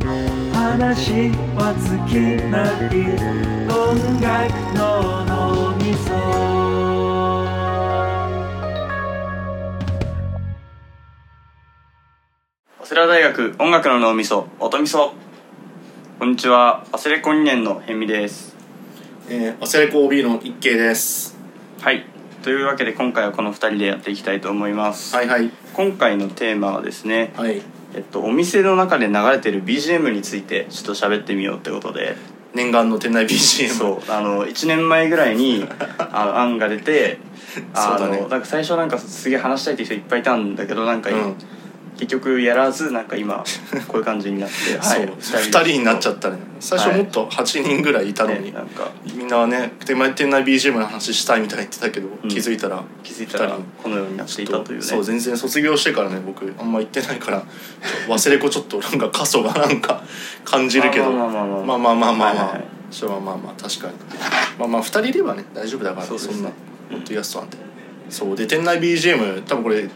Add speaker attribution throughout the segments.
Speaker 1: 話は尽きない音楽の脳みそ
Speaker 2: 早稲田大学音楽の脳みそ音みそこんにちはアセレコ2年の辺美です
Speaker 3: えー、アセレコ OB の一慶です
Speaker 2: はいというわけで今回はこの2人でやっていきたいと思います、
Speaker 3: はいはい
Speaker 2: 今回のテーマはですね、
Speaker 3: はい
Speaker 2: えっと、お店の中で流れてる BGM についてちょっと喋ってみようってことで
Speaker 3: 念願の店内 BGM
Speaker 2: そうあの1年前ぐらいにあ の案が出てあ
Speaker 3: そうだね
Speaker 2: のなんか最初なんかすげえ話したいって人いっぱいいたんだけどなんか、
Speaker 3: うん
Speaker 2: 結局やらずなんか今こういう感じになって、
Speaker 3: そう
Speaker 2: はい、
Speaker 3: 2人になっちゃったね最初もっと8人ぐらいいたの
Speaker 2: ね
Speaker 3: に、
Speaker 2: なんか
Speaker 3: みんなはね店内店内 BGM の話したいみたいに言ってたけど、
Speaker 2: ん
Speaker 3: 気づいたら
Speaker 2: 気づいたらこのようになっていたというね
Speaker 3: そう全然卒業してからね僕あんま行ってないからちょ忘れ子ちょっとなんか過疎がなんか 感じるけど
Speaker 2: まあまあまあま
Speaker 3: ま
Speaker 2: あ
Speaker 3: あまあまあまあ
Speaker 2: はいはい
Speaker 3: ま
Speaker 2: は
Speaker 3: あ
Speaker 2: い
Speaker 3: そうまあまあまあ確かにまあまあ2人いればね大丈夫だから
Speaker 2: そう
Speaker 3: そ,、
Speaker 2: ですね
Speaker 3: んなもっと安さなんてそうで店内 BGM 多分これ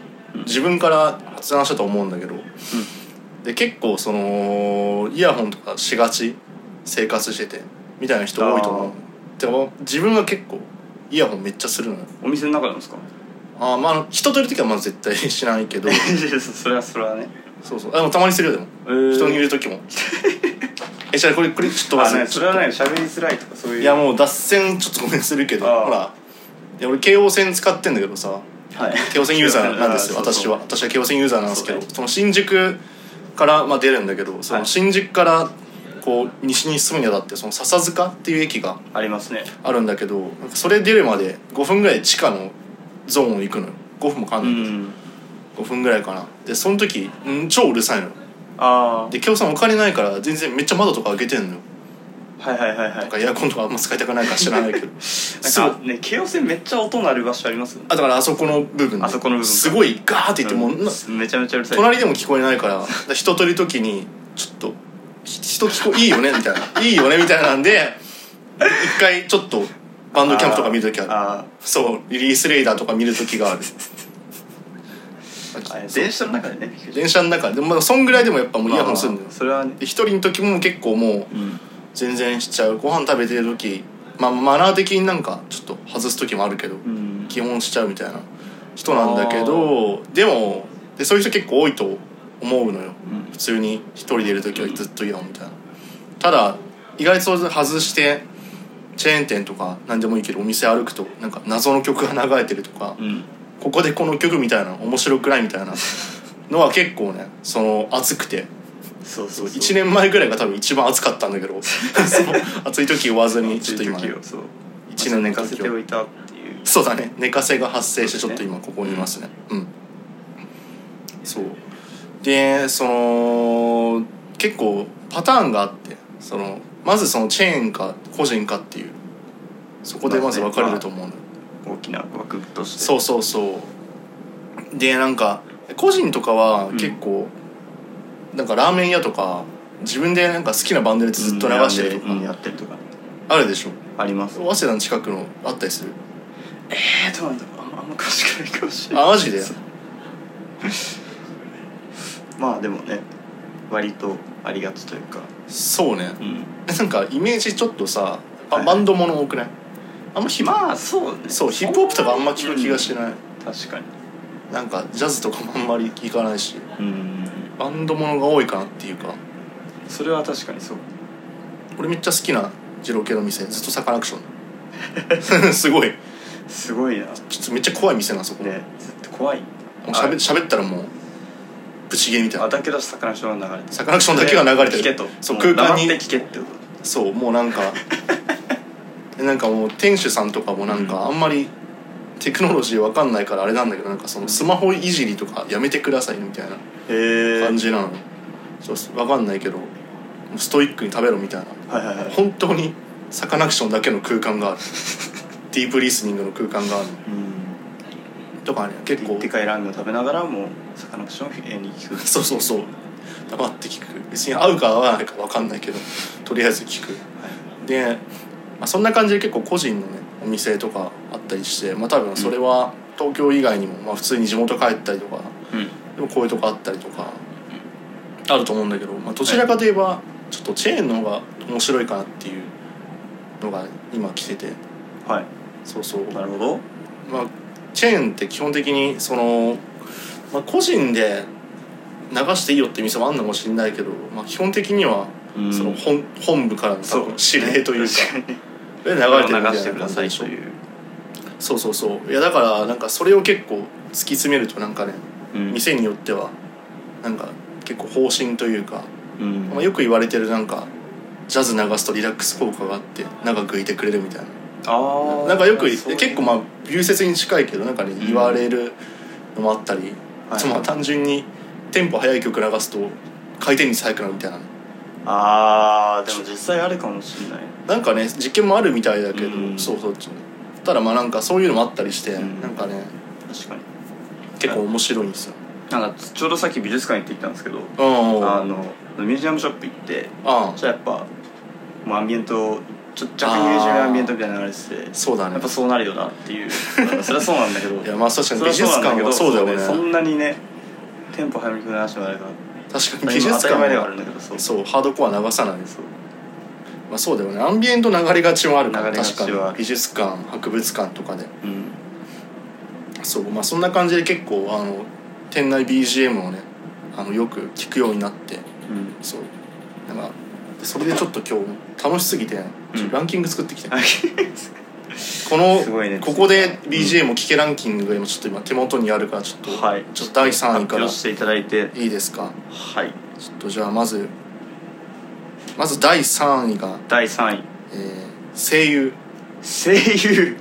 Speaker 3: 自分から発案したと思うんだけど、で結構そのイヤホンとかしがち生活しててみたいな人多いと思
Speaker 2: あ
Speaker 3: うでも自分は結構イヤホンめっちゃするのよ
Speaker 2: お店の中なん ですか
Speaker 3: あーまああの人といる時はまあ絶対 しないけど
Speaker 2: それはそれはね
Speaker 3: そうそうあでもたまにするよでも、
Speaker 2: えー
Speaker 3: 人にいる時も えじゃあこれこれちょっと
Speaker 2: あ
Speaker 3: 忘
Speaker 2: ね
Speaker 3: れ
Speaker 2: それはね喋りづらいとかそういう
Speaker 3: いやもう脱線ちょっとごめんするけど
Speaker 2: あー
Speaker 3: ほらいや俺京王線使ってんだけどさ
Speaker 2: はい
Speaker 3: 京王線ユーザーなんですよ
Speaker 2: あそう
Speaker 3: 私
Speaker 2: そう
Speaker 3: は私は京王線ユーザーなんですけど
Speaker 2: そ
Speaker 3: そ,、
Speaker 2: う
Speaker 3: の新宿から、まあ、出るんだけどそ
Speaker 2: はい
Speaker 3: の新宿からこう西に進むにあたってその笹塚っていう駅が
Speaker 2: ありますね
Speaker 3: あるんだけどなんかそれ出るまで5分ぐらい地下のゾーンを行くのよ5分もか
Speaker 2: うん
Speaker 3: ない、
Speaker 2: ん
Speaker 3: 5分ぐらいかなでその時ん超うるさいのよ
Speaker 2: あ
Speaker 3: で京王さんお金ないから全然めっちゃ窓とか開けてんのよ
Speaker 2: あはいはいはいはい
Speaker 3: なんかエアコンとかあんま使いたくないから知 らないけどすご
Speaker 2: ないんかね京王線めっちゃ音鳴る場所ありますよね
Speaker 3: あだからあそこの部分で
Speaker 2: あそこの部分か
Speaker 3: すごいガーっていってもう、な
Speaker 2: うんめちゃめちゃうるさい
Speaker 3: 隣でも聞こえないからだから人といる時にちょっとひ人聞こいいよねみたいないいよねみたいなんで一回ちょっとバンドキャンプとか見る時ある
Speaker 2: あ
Speaker 3: そうリリースレーダーとか見る時 がある
Speaker 2: ーあれ
Speaker 3: そう
Speaker 2: 電車の中でね
Speaker 3: 電車の中でもまあそんぐらいでもやっぱもうイヤホンするんだよ
Speaker 2: まあそれはね
Speaker 3: で一人の時も結構もう
Speaker 2: うん
Speaker 3: 全然しちゃうご飯食べてる時まあマナー的になんかちょっと外す時もあるけど、
Speaker 2: うん
Speaker 3: 基本しちゃうみたいな人なんだけどでもでそういう人結構多いと思うのよ、
Speaker 2: うん
Speaker 3: 普通に一人でいる時はずっとイヤホンみたいなただ意外とそれ外してチェーン店とか何でもいいけどお店歩くとなんか謎の曲が流れてるとか、
Speaker 2: うん
Speaker 3: ここでこの曲みたいな面白くないみたいなのは結構ねその熱くて
Speaker 2: そうそうそう
Speaker 3: 1年前ぐらいが多分一番暑かったんだけ どその暑い時言わずにちょっと今ね
Speaker 2: 時をそう
Speaker 3: 一年の時を
Speaker 2: 寝かせておいたっていう
Speaker 3: そうだね寝かせが発生してちょっと今ここにいますねうんそうでその結構パターンがあってそのまずそのチェーンか個人かっていうそこでまず分かれると思うの、
Speaker 2: 大きな枠として
Speaker 3: そうそうそうでなんか個人とかは結構、なんかラーメン屋とか自分でなんか好きなバンドでずっと流してるとか、
Speaker 2: うんやってるとか
Speaker 3: あるでしょ
Speaker 2: あります
Speaker 3: 早稲田の近くのあったりする
Speaker 2: えーどうなんだろうあんまあんま詳しくないかもしれない
Speaker 3: あマジで
Speaker 2: そうまあでもね割とありがちというか
Speaker 3: そうね
Speaker 2: うん
Speaker 3: なんかイメージちょっとさあ
Speaker 2: はい
Speaker 3: バンドもの多くないあんまヒップ、
Speaker 2: まあそうね
Speaker 3: そうヒップホップとかあんま聞く気がし
Speaker 2: い
Speaker 3: ない、
Speaker 2: 確かに
Speaker 3: なんかジャズとかもあんまり聞かないし
Speaker 2: うん
Speaker 3: バンドものが多いかなっていうか
Speaker 2: それは確かにそう
Speaker 3: 俺めっちゃ好きな二郎系の店ずっとサカナク ションすごい
Speaker 2: すごいな
Speaker 3: ちょっとめっちゃ怖い店なそこ、
Speaker 2: ねずっと怖い
Speaker 3: もうしゃべ喋ったらもうブチゲーみた
Speaker 2: あ
Speaker 3: いな
Speaker 2: だけ出し魚ショーが流れて
Speaker 3: サカナクションだけが流れてる
Speaker 2: 聞けと
Speaker 3: そう
Speaker 2: もう
Speaker 3: 空間
Speaker 2: 黙
Speaker 3: に
Speaker 2: って聞けってこ
Speaker 3: そうもうなん かなんかもう店主さんとかもなんかあんまりテクノロジーわかんないからあれなんだけどなんかそのスマホいじりとかやめてくださいみたいな
Speaker 2: とへえ
Speaker 3: 感じなのそうそうわかんないけどストイックに食べろみたいな
Speaker 2: はいはいはい
Speaker 3: 本当にサカナクションだけの空間 があるディープリスニングの空間がある
Speaker 2: うん
Speaker 3: とかね結構
Speaker 2: でかいラーメンを食べながらもう魚ショーを永遠に聞く
Speaker 3: そうそうそう黙って聞く別に合うか合わないかわかんないけどとりあえず聞くで、まあ、そんな感じで結構個人のねお店とかあったりしてまあ多分それは東京以外にも、まあ、普通に地元帰ったりとか
Speaker 2: うん
Speaker 3: でもこういうとこあったりとかあると思うんだけど、まあ、どちらかといえばちょっとチェーンの方が面白いかなっていうのが今来てて
Speaker 2: は
Speaker 3: そうそう
Speaker 2: いなるほど
Speaker 3: まあ、チェーンって基本的にその、まあ、個人で流していいよって店もあるのかもしれないけど、まあ、基本的には
Speaker 2: うん
Speaker 3: その本,、本部からの多分指令というか
Speaker 2: 確かに
Speaker 3: で流れ
Speaker 2: 流れ
Speaker 3: てるみたいな感
Speaker 2: してくだ
Speaker 3: じ
Speaker 2: さい
Speaker 3: でし
Speaker 2: と
Speaker 3: ょ
Speaker 2: いう、
Speaker 3: そうそうそういやだからなんかそれを結構突き詰めるとなんかね
Speaker 2: うん
Speaker 3: 店によってはなんか結構方針というか、
Speaker 2: うん
Speaker 3: まあ、よく言われてるなんかジャズ流すとリラックス効果があって長くいてくれるみたいな
Speaker 2: ああ
Speaker 3: なんかよく結構まあ流説に近いけどなんかね
Speaker 2: ん
Speaker 3: 言われるのもあったり、
Speaker 2: はい
Speaker 3: あとまあ単純にテンポ速い曲流すと回転率速くなるみたいな
Speaker 2: ああでも実際あるかもしれない
Speaker 3: なんかね実験もあるみたいだけど、
Speaker 2: うん
Speaker 3: そうそうただまあなんかそういうのもあったりして、
Speaker 2: うん
Speaker 3: なんかね
Speaker 2: 確かに
Speaker 3: 結構面白いんですよ。
Speaker 2: なんかちょうどさっき美術館行ってきたんですけど
Speaker 3: うん
Speaker 2: あ
Speaker 3: あ
Speaker 2: のミュージアムショップ行って
Speaker 3: あ
Speaker 2: そしたらやっぱもうアンビエントちょっと若干優柔アンビエントみたいな流れしてて
Speaker 3: そうだ
Speaker 2: や
Speaker 3: ね
Speaker 2: っぱそうなるよなって いうそれはそうなんだけど
Speaker 3: いやまあ確かに
Speaker 2: それ
Speaker 3: 美
Speaker 2: は
Speaker 3: 術
Speaker 2: うなん
Speaker 3: 館
Speaker 2: け
Speaker 3: は
Speaker 2: ど
Speaker 3: そうだよね
Speaker 2: そんなにねテンポ早めに流してもらえるから
Speaker 3: 確か
Speaker 2: まあ
Speaker 3: に美術
Speaker 2: 今当た
Speaker 3: 館
Speaker 2: り前ではあるん
Speaker 3: は
Speaker 2: だけどそう
Speaker 3: そうハードコア流さないです、
Speaker 2: そう
Speaker 3: まあ、そうだよねアンビエント流れがちもあるから
Speaker 2: 流れがち
Speaker 3: 確
Speaker 2: は
Speaker 3: かに美術館博物館とかで
Speaker 2: うん
Speaker 3: そうまあそんな感じで結構あの店内 BGM をねあのよく聞くようになって
Speaker 2: うん
Speaker 3: そうなんかそれでちょっと今日楽しすぎて、ちょっとランキング作ってきて、こ
Speaker 2: すごいね
Speaker 3: のここで BGM を聴けランキングが今ちょっと今手元にあるからちょっと、
Speaker 2: はい
Speaker 3: ちょっと第3位
Speaker 2: 発
Speaker 3: から
Speaker 2: 表
Speaker 3: い
Speaker 2: していただいて
Speaker 3: いですか
Speaker 2: はい
Speaker 3: ちょっとじゃあまずまず第3位が、
Speaker 2: 第3位
Speaker 3: えー声優
Speaker 2: 声優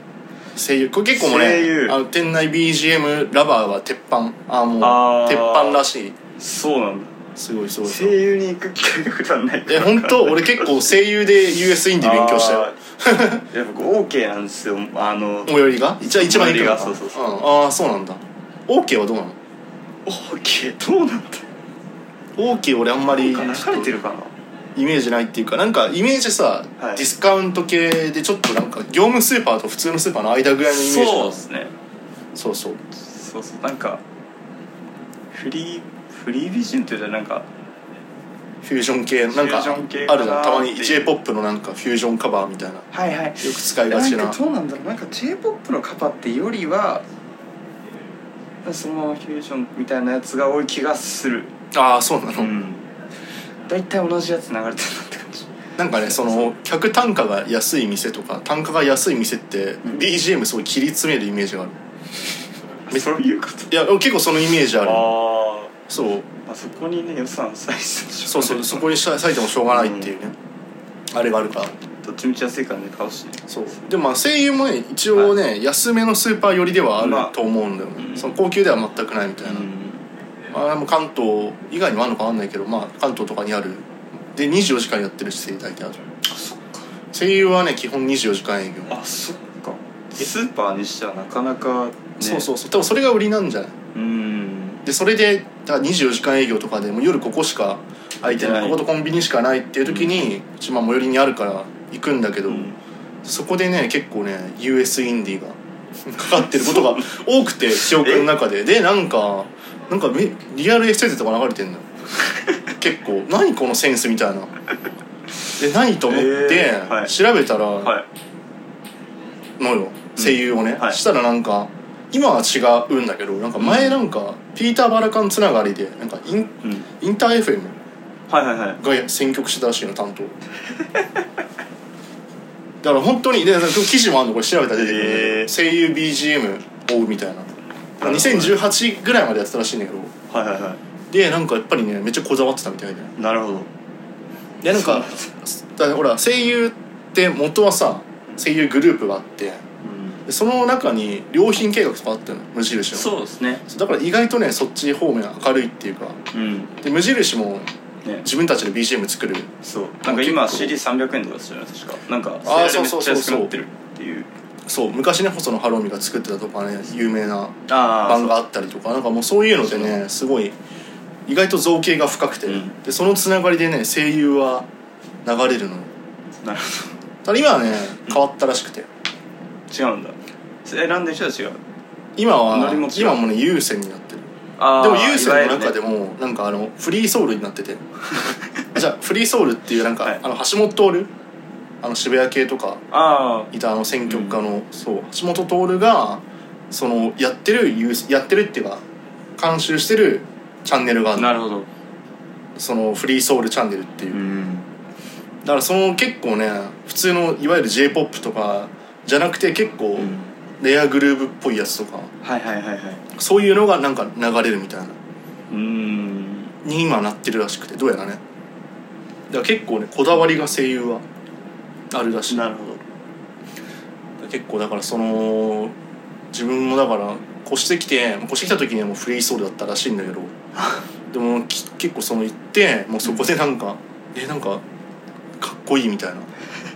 Speaker 3: 声優これ結構もね
Speaker 2: 声優
Speaker 3: あの店内 BGM ラバーは鉄板あーもう
Speaker 2: あー
Speaker 3: 鉄板らしい
Speaker 2: そうなんだ
Speaker 3: すごいすごい
Speaker 2: 声優に行く機会が普段ない
Speaker 3: え本当俺結構声優で US インで勉強したよ
Speaker 2: あーいや僕 OK なんですよあの
Speaker 3: 最寄りがじゃあ一番行くのか
Speaker 2: 最寄りがそうそうそ
Speaker 3: んああそうなんだ OK はどうなの
Speaker 2: OK どうなんだ
Speaker 3: OK 俺あんまり
Speaker 2: なんか流れてるかな
Speaker 3: イメージないっていうかなんかイメージさ、
Speaker 2: はい
Speaker 3: ディスカウント系でちょっとなんか業務スーパーと普通のスーパーの間ぐらいのイメージな
Speaker 2: そう
Speaker 3: の
Speaker 2: ですね
Speaker 3: そうそう
Speaker 2: そうそうなんかフリーフリービジョンっていうよりはなんか
Speaker 3: フュージョン系なんか
Speaker 2: フュージョン系かな
Speaker 3: あるじゃんたまに
Speaker 2: っていう
Speaker 3: j p o p のなんかフュージョンカバーみたいなよ
Speaker 2: はいはい
Speaker 3: く使いがちな
Speaker 2: なんかどうなんだろうなんか j p o p のカバーってよりはそのフュージョンみたいなやつが多い気がする
Speaker 3: ああそうなの、
Speaker 2: うん大体同じやつ流れてるなって感じ
Speaker 3: なんかねその客単価が安い店とか単価が安い店って
Speaker 2: ん
Speaker 3: BGM すごい切り詰めるイメージがあるめ
Speaker 2: そういうこと
Speaker 3: いや結構そのイメージある
Speaker 2: ああ
Speaker 3: そう
Speaker 2: まあ、そこにね予算最初でしょ
Speaker 3: そう そうそこにさ割いてもしょうがないっていうね、あれがあるから
Speaker 2: どっちみち安いからね買うしね
Speaker 3: そうでもまあ声優もね一応ね、安めのスーパー寄りではあ
Speaker 2: まあ
Speaker 3: ると思うんだよね、
Speaker 2: うん
Speaker 3: その高級では全くないみたいな、まあでも関東以外にもあるのかわかんないけどまあ関東とかにあるで24時間やってるし声優大体ある
Speaker 2: あそっか
Speaker 3: 声優はね基本24時間営業、
Speaker 2: あそっかスーパーにしてはなかなか、ね、
Speaker 3: そうそううそう多分それが売りなんじゃない
Speaker 2: うん
Speaker 3: でそれでだから24時間営業とかでもう夜ここしか空いて
Speaker 2: 空いて
Speaker 3: ない
Speaker 2: ない
Speaker 3: こことコンビニしかないっていう時に、うちまあ最寄りにあるから行くんだけど、
Speaker 2: うん
Speaker 3: そこでね結構ね US インディーが かかってることが多くて記憶の中ででなんかなんかめリアルエステーゼとか流れてん のよ結構何このセンスみたいなで何と思って
Speaker 2: えーはい
Speaker 3: 調べたらのよ、
Speaker 2: はい
Speaker 3: 声優をね、
Speaker 2: はい
Speaker 3: したらなんか今は違うんだけどなんか前なんか、ピーター・バラカンつながりでなんかイン
Speaker 2: うん
Speaker 3: インター FM
Speaker 2: はいはいはい
Speaker 3: が選曲してたらしいの担当だから本当にでなんか記事もあるのこれ調べたら出てくるんだけど、
Speaker 2: へー
Speaker 3: 声優 BGM 追うみたいな2018ぐらいまでやってたらしいんだけど
Speaker 2: はいはいは
Speaker 3: でなんかやっぱりねめっちゃこだわってたみたいで
Speaker 2: いなるほど
Speaker 3: でなんかだからほら声優って元はさ声優グループがあって
Speaker 2: うん
Speaker 3: でその中に良品計画とかあったの無印の
Speaker 2: そうですね
Speaker 3: だから意外とねそっち方面明るいっていうか
Speaker 2: うん
Speaker 3: で無印も
Speaker 2: ね
Speaker 3: 自分たちで BGM 作る
Speaker 2: そうなんか今
Speaker 3: 結構
Speaker 2: CD300 円とかですよね確かなんか
Speaker 3: あー
Speaker 2: セールでめ
Speaker 3: そう
Speaker 2: っちゃ
Speaker 3: そうそう
Speaker 2: 安
Speaker 3: そ
Speaker 2: く
Speaker 3: う
Speaker 2: なってるっていう
Speaker 3: そう昔ね細野晴臣が作ってたとかね有名な
Speaker 2: あ
Speaker 3: 版があったりとかなんかもうそういうのでねすごい意外と造形が深くて、
Speaker 2: うん
Speaker 3: でそのつながりでね声優は流れるのよ
Speaker 2: なるほ
Speaker 3: ただ今はね変わったらしくて
Speaker 2: ど違うんだ選んでる人は違う
Speaker 3: 今
Speaker 2: ノリも
Speaker 3: は
Speaker 2: 違う
Speaker 3: 今もね優先になってる
Speaker 2: あー
Speaker 3: でもユースの中で
Speaker 2: いわ
Speaker 3: もなんかあのフリーソウルにな っててじゃあフリーソウルっていうなんか、
Speaker 2: はい
Speaker 3: あの橋本徹あの渋谷系とか
Speaker 2: あ
Speaker 3: いたあの選曲家の、そう橋本徹がそのやってるユースやってるっていうか監修してるチャンネルがあ
Speaker 2: あ
Speaker 3: る
Speaker 2: な
Speaker 3: の
Speaker 2: るほど
Speaker 3: そのフリーソウルチャンネルっていう、
Speaker 2: ん
Speaker 3: だからその結構ね普通のいわゆる j p o p とかじゃなくて結構レアグルーブっぽいやつとか
Speaker 2: はいはいはいはい
Speaker 3: そういうのがなんか流れるみたいな
Speaker 2: うん
Speaker 3: に今なってるらしくてどうやらねだから結構ねこだわりが声優はあるらしい
Speaker 2: なるほど
Speaker 3: 結構だからその自分もだから越してきて越してきた時にはもうフリーソウルだったらしいんだ けどでもき結構その行ってもうそこでなんか、えなんかかっこいいみたいな